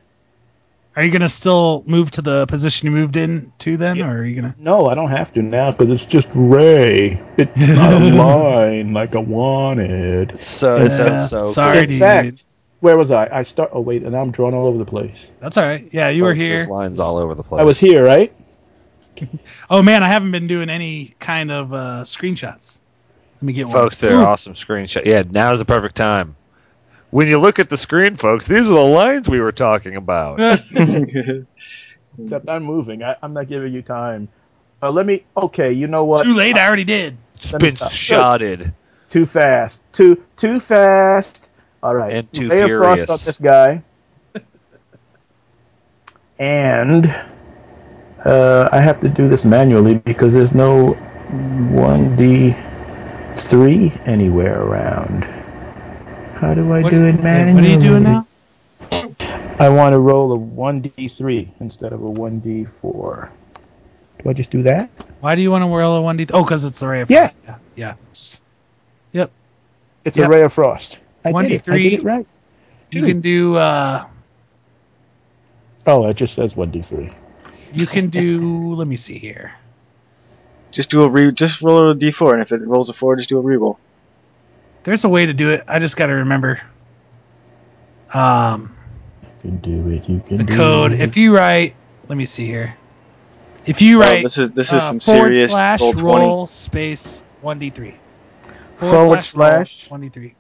[SPEAKER 5] Are you gonna still move to the position you moved in to then, or are you gonna?
[SPEAKER 4] No, I don't have to now because it's just ray. It's not a line like I wanted.
[SPEAKER 3] So
[SPEAKER 5] Yeah,
[SPEAKER 3] that's so
[SPEAKER 5] Uh, sorry,
[SPEAKER 4] In
[SPEAKER 5] dude.
[SPEAKER 4] fact, where was I? I start. Oh wait, and I'm drawn all over the place.
[SPEAKER 5] That's all right. Yeah, you
[SPEAKER 3] Folks,
[SPEAKER 5] were here.
[SPEAKER 3] There's lines all over the place.
[SPEAKER 4] I was here, right?
[SPEAKER 5] Oh man, I haven't been doing any kind of uh, screenshots. Let me get one.
[SPEAKER 3] Folks, they're awesome screenshot. Yeah, now's the perfect time. When you look at the screen, folks, these are the lines we were talking about.
[SPEAKER 4] Except I'm moving. I, I'm not giving you time. Uh, let me. Okay, you know what? Uh,
[SPEAKER 5] Too late. I already did.
[SPEAKER 3] It's
[SPEAKER 4] Let me
[SPEAKER 3] been
[SPEAKER 4] stop.
[SPEAKER 3] shotted.
[SPEAKER 4] Too fast. Too too fast. All right.
[SPEAKER 3] And too
[SPEAKER 4] Lay a
[SPEAKER 3] furious.
[SPEAKER 4] frost on this guy. and uh, I have to do this manually because there's no one D three anywhere around. How do I
[SPEAKER 5] What-
[SPEAKER 4] do it
[SPEAKER 5] Hey,
[SPEAKER 4] manually?
[SPEAKER 5] what are you doing now?
[SPEAKER 4] I want to roll a one D three instead of a one D four. Do I just do that?
[SPEAKER 5] Why do you want to roll a one d? Oh, because it's the ray of
[SPEAKER 4] Yeah.
[SPEAKER 5] frost. Yeah. yeah.
[SPEAKER 4] It's
[SPEAKER 5] Yep.
[SPEAKER 4] a ray of frost. I did it. I
[SPEAKER 5] 1d3.
[SPEAKER 4] did it right.
[SPEAKER 5] You can do. Uh,
[SPEAKER 4] Oh, it just says one D three.
[SPEAKER 5] you can do. let me see here.
[SPEAKER 1] Just do a re. Just roll a d4, and if it rolls a four, just do a reroll.
[SPEAKER 5] There's a way to do it. I just got to remember. Um,
[SPEAKER 4] You can do it. You can
[SPEAKER 5] the
[SPEAKER 4] do
[SPEAKER 5] code.
[SPEAKER 4] it.
[SPEAKER 5] If you write, let me see here. If you
[SPEAKER 1] Oh,
[SPEAKER 5] write
[SPEAKER 1] this is this is
[SPEAKER 5] uh,
[SPEAKER 1] some
[SPEAKER 5] forward
[SPEAKER 1] serious
[SPEAKER 5] slash
[SPEAKER 1] roll twenty.
[SPEAKER 5] roll space one d three
[SPEAKER 4] forward slash
[SPEAKER 5] one d three.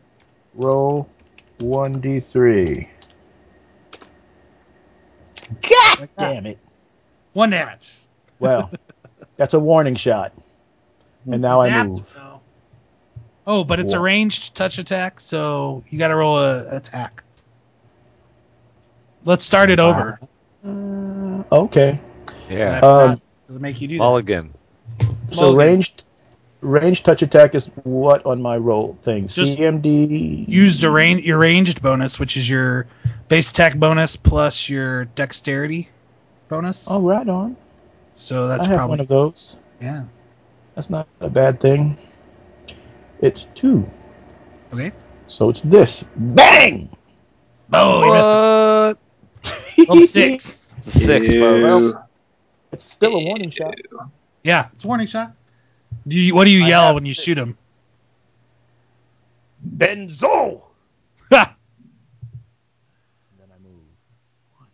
[SPEAKER 4] roll one d three. God damn it!
[SPEAKER 5] One damage.
[SPEAKER 4] Well, that's a warning shot, and now I
[SPEAKER 5] Zapped,
[SPEAKER 4] move.
[SPEAKER 5] though. Oh, but it's a
[SPEAKER 4] Wha-
[SPEAKER 5] ranged touch attack, so you got to roll a attack. Let's start it over.
[SPEAKER 4] Ah, Okay,
[SPEAKER 3] Yeah.
[SPEAKER 5] I
[SPEAKER 4] Um,
[SPEAKER 5] forgot to make you do that.
[SPEAKER 3] Mulligan.
[SPEAKER 4] so
[SPEAKER 5] Mulligan.
[SPEAKER 4] ranged, range touch attack is what on my roll thing?
[SPEAKER 5] Just
[SPEAKER 4] CMD.
[SPEAKER 5] used a range your ranged bonus, which is your base attack bonus plus your dexterity bonus.
[SPEAKER 4] Oh, right on.
[SPEAKER 5] so that's
[SPEAKER 4] I have
[SPEAKER 5] probably
[SPEAKER 4] one of those.
[SPEAKER 5] yeah.
[SPEAKER 4] That's not a bad thing. It's two,
[SPEAKER 5] Okay.
[SPEAKER 4] so it's this. Bang!
[SPEAKER 5] Oh, you missed
[SPEAKER 3] What?
[SPEAKER 5] it. Roll Oh, six.
[SPEAKER 3] It's a Six, folks.
[SPEAKER 4] Ew. It's still a warning shot.
[SPEAKER 5] Yeah, it's a warning shot. Do you, what do you
[SPEAKER 4] I
[SPEAKER 5] yell
[SPEAKER 4] have
[SPEAKER 5] when you
[SPEAKER 4] six.
[SPEAKER 5] shoot him?
[SPEAKER 4] Benzo.
[SPEAKER 5] Ha!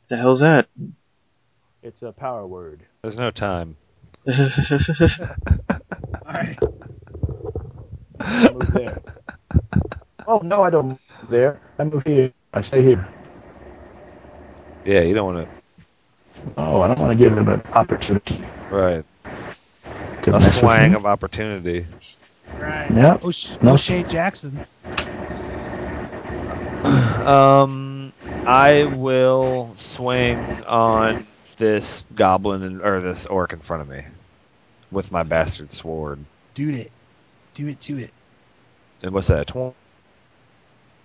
[SPEAKER 1] The hell's that?
[SPEAKER 4] It's a power word.
[SPEAKER 3] There's no time.
[SPEAKER 5] All right.
[SPEAKER 4] I move there. oh no, I don't move there. I move here. I stay here.
[SPEAKER 3] Yeah, you don't want
[SPEAKER 4] Oh, I don't want to give him an opportunity
[SPEAKER 3] to. Right.
[SPEAKER 4] to
[SPEAKER 3] A
[SPEAKER 4] mess with
[SPEAKER 3] slang
[SPEAKER 4] me.
[SPEAKER 3] of opportunity.
[SPEAKER 5] Right.
[SPEAKER 4] Yep.
[SPEAKER 5] O'Sh-
[SPEAKER 4] No.
[SPEAKER 5] O'Shea Jackson.
[SPEAKER 3] Um, I will swing on this goblin and, or this orc in front of me with my bastard sword.
[SPEAKER 5] Do it. Do it to it.
[SPEAKER 3] And what's that?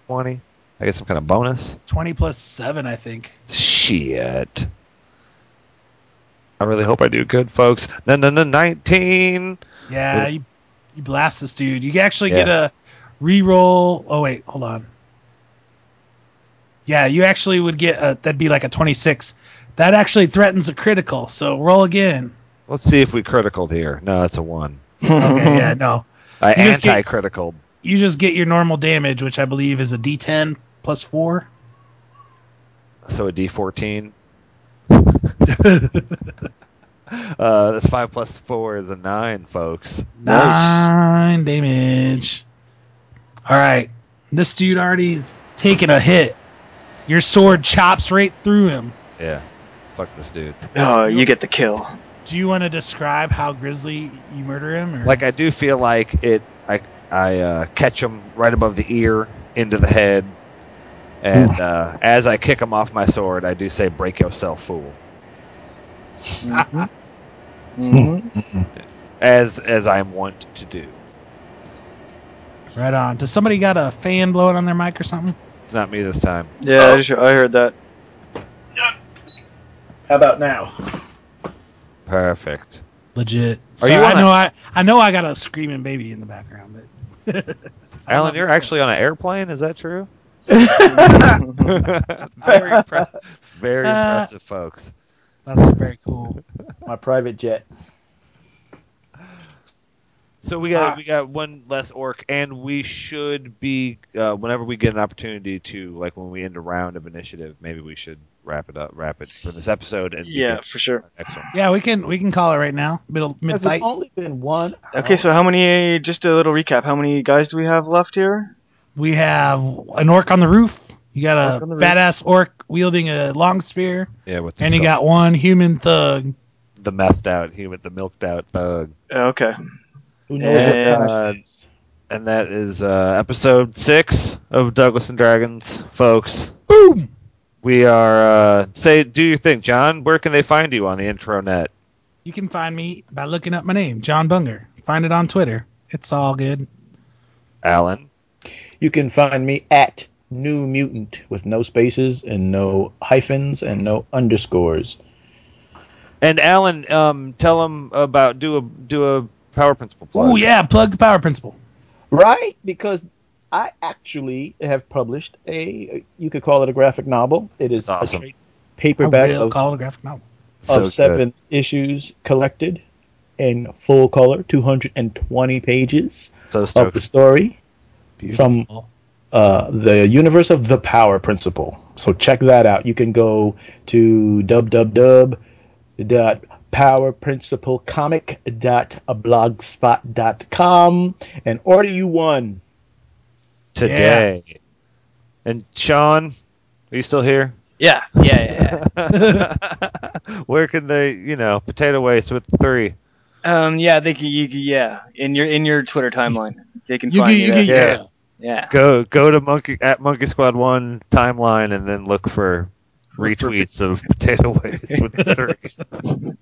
[SPEAKER 3] Twenty? I get some kind of bonus.
[SPEAKER 5] 20 plus 7, I think.
[SPEAKER 3] Shit. I really hope I do good, folks. No, no, no, nineteen.
[SPEAKER 5] Yeah,
[SPEAKER 3] Oh.
[SPEAKER 5] you, you blast this dude. You actually
[SPEAKER 3] Yeah.
[SPEAKER 5] get a reroll. Oh, wait, hold on. Yeah, you actually would get a, that'd be like a 26. That actually threatens a critical, so roll again.
[SPEAKER 3] Let's see if we critical here. No, it's a one. Uh,
[SPEAKER 5] Okay, yeah, no.
[SPEAKER 3] I
[SPEAKER 5] You just get-
[SPEAKER 3] anti critical.
[SPEAKER 5] You just get your normal damage, which I believe is a d10 plus 4.
[SPEAKER 3] So a D fourteen. uh, that's five plus four is a nine, folks.
[SPEAKER 1] Nice.
[SPEAKER 5] Nine damage. All right. This dude already's taking a hit. Your sword chops right through him.
[SPEAKER 3] Yeah, fuck this dude.
[SPEAKER 1] Oh, you get the kill.
[SPEAKER 5] Do you want to describe how grisly you murder him? Or?
[SPEAKER 3] Like I do feel like it. I I uh, catch him right above the ear, into the head, and uh, as I kick him off my sword, I do say, "Break yourself, fool."
[SPEAKER 1] Mhm.
[SPEAKER 3] As as I am wont to do.
[SPEAKER 5] right on. Does somebody got a fan blowing on their mic or something?
[SPEAKER 3] It's not me this time.
[SPEAKER 1] Yeah, I, just, I heard that.
[SPEAKER 4] How about now?
[SPEAKER 3] Perfect.
[SPEAKER 5] Legit.
[SPEAKER 3] Are
[SPEAKER 5] Sorry,
[SPEAKER 3] you on
[SPEAKER 5] I
[SPEAKER 3] a-
[SPEAKER 5] know I I know I got a screaming baby in the background, but
[SPEAKER 3] Alan,
[SPEAKER 5] not
[SPEAKER 3] you're
[SPEAKER 5] sure.
[SPEAKER 3] actually on an airplane. Is that true? very impre- very
[SPEAKER 5] Uh,
[SPEAKER 3] impressive, folks.
[SPEAKER 5] that's very cool.
[SPEAKER 4] My private jet.
[SPEAKER 3] So we got
[SPEAKER 5] Ah.
[SPEAKER 3] we got one less orc, and we should be uh, whenever we get an opportunity to like when we end a round of initiative, maybe we should wrap it up, wrap it for this episode. And
[SPEAKER 1] Yeah, for sure.
[SPEAKER 3] excellent.
[SPEAKER 5] Yeah, we can we can call it right now. Middle mid
[SPEAKER 4] Has
[SPEAKER 5] fight.
[SPEAKER 4] it only been one?
[SPEAKER 1] Okay, so how many? Just a little recap. How many guys do we have left here?
[SPEAKER 5] We have an orc on the roof. You got
[SPEAKER 1] Orc
[SPEAKER 5] a
[SPEAKER 1] on the roof.
[SPEAKER 5] badass orc wielding a long spear,
[SPEAKER 3] Yeah, with the
[SPEAKER 5] and you
[SPEAKER 3] skull-
[SPEAKER 5] got one human thug.
[SPEAKER 3] the methed out, he with the milked out thug,
[SPEAKER 1] Uh, Okay.
[SPEAKER 4] Who knows what
[SPEAKER 1] And-
[SPEAKER 4] time it is?
[SPEAKER 3] and that is uh, episode six of Douglas and Dragons, folks.
[SPEAKER 5] Boom.
[SPEAKER 3] We are uh, say do your thing, John. Where can they find you on the intranet?
[SPEAKER 5] You can find me by looking up my name, John Bunger. Find it on Twitter. It's all good.
[SPEAKER 3] Alan,
[SPEAKER 4] You can find me at New Mutant with no spaces and no hyphens and no underscores.
[SPEAKER 3] and Alan, um, tell him about do a do a power principle plug.
[SPEAKER 5] Oh yeah, plug the power principle.
[SPEAKER 4] Right? Because I actually have published a, you could call it a graphic novel. It is
[SPEAKER 3] That's awesome.
[SPEAKER 4] a straight
[SPEAKER 5] I
[SPEAKER 4] paperback
[SPEAKER 5] will
[SPEAKER 4] of,
[SPEAKER 5] call it a graphic novel.
[SPEAKER 3] So
[SPEAKER 4] of
[SPEAKER 3] good.
[SPEAKER 4] seven issues collected in full color, 220 pages
[SPEAKER 3] So
[SPEAKER 4] of
[SPEAKER 3] stoked.
[SPEAKER 4] the story from uh, the universe of the power principle. So check that out. You can go to www.powerprinciplecomic.blogspot.com and order you one.
[SPEAKER 3] today. And Sean, are you still here?
[SPEAKER 1] Yeah, yeah, yeah.
[SPEAKER 3] Where can they, you know, potato waste with three?
[SPEAKER 1] yeah. um, yeah, they can. You, can- yeah, in your in your Twitter timeline, they can
[SPEAKER 5] You
[SPEAKER 1] find
[SPEAKER 5] can,
[SPEAKER 1] you
[SPEAKER 5] you
[SPEAKER 1] there.
[SPEAKER 5] can,
[SPEAKER 3] Yeah.
[SPEAKER 5] yeah.
[SPEAKER 1] yeah.
[SPEAKER 3] Go go to monkey at Monkey Squad One timeline and then look for retweets of potato waste with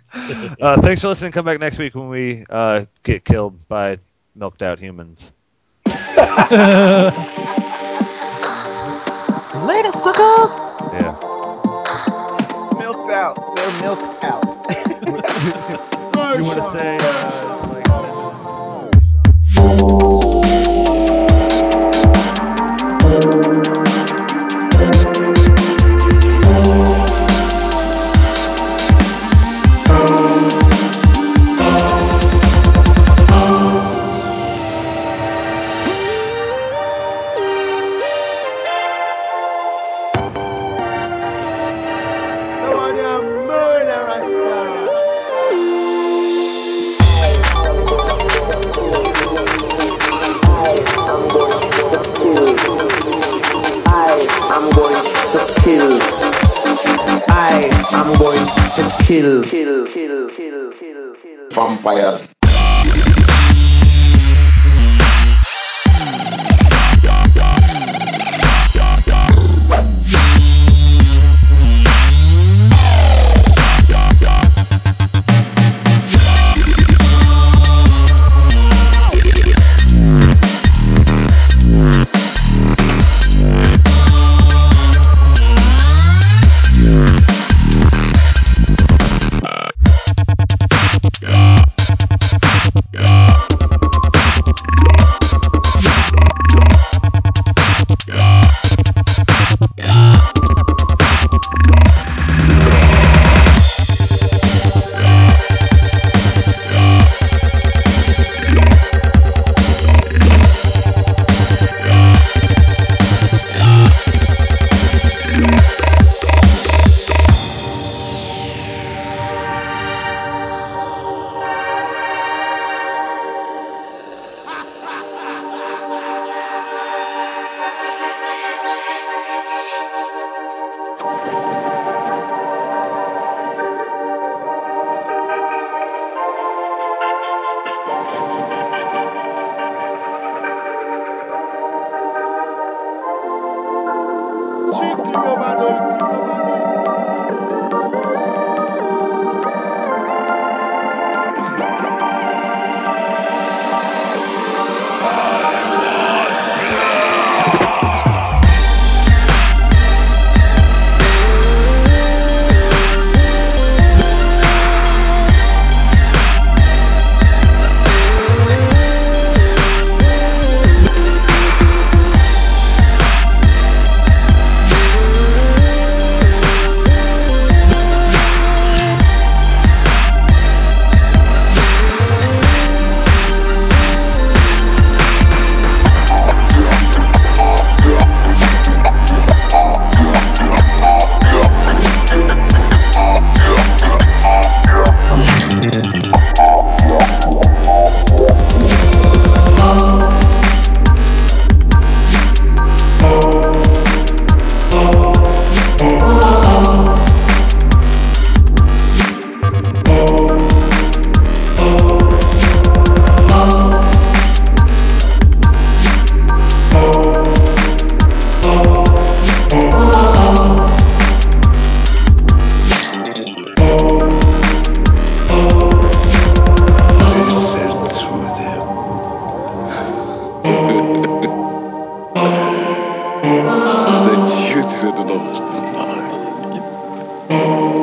[SPEAKER 3] three. uh, thanks for listening. Come back next week when we uh, get killed by milked out humans.
[SPEAKER 6] Later, suckers!
[SPEAKER 3] Yeah.
[SPEAKER 6] Milked out. They're milked out.
[SPEAKER 3] You want to say? Uh, like-
[SPEAKER 6] No other murderer star.
[SPEAKER 8] I am going to kill. I am going to kill. Kill, kill, kill, kill, kill.
[SPEAKER 9] vampires.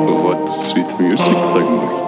[SPEAKER 10] music thing.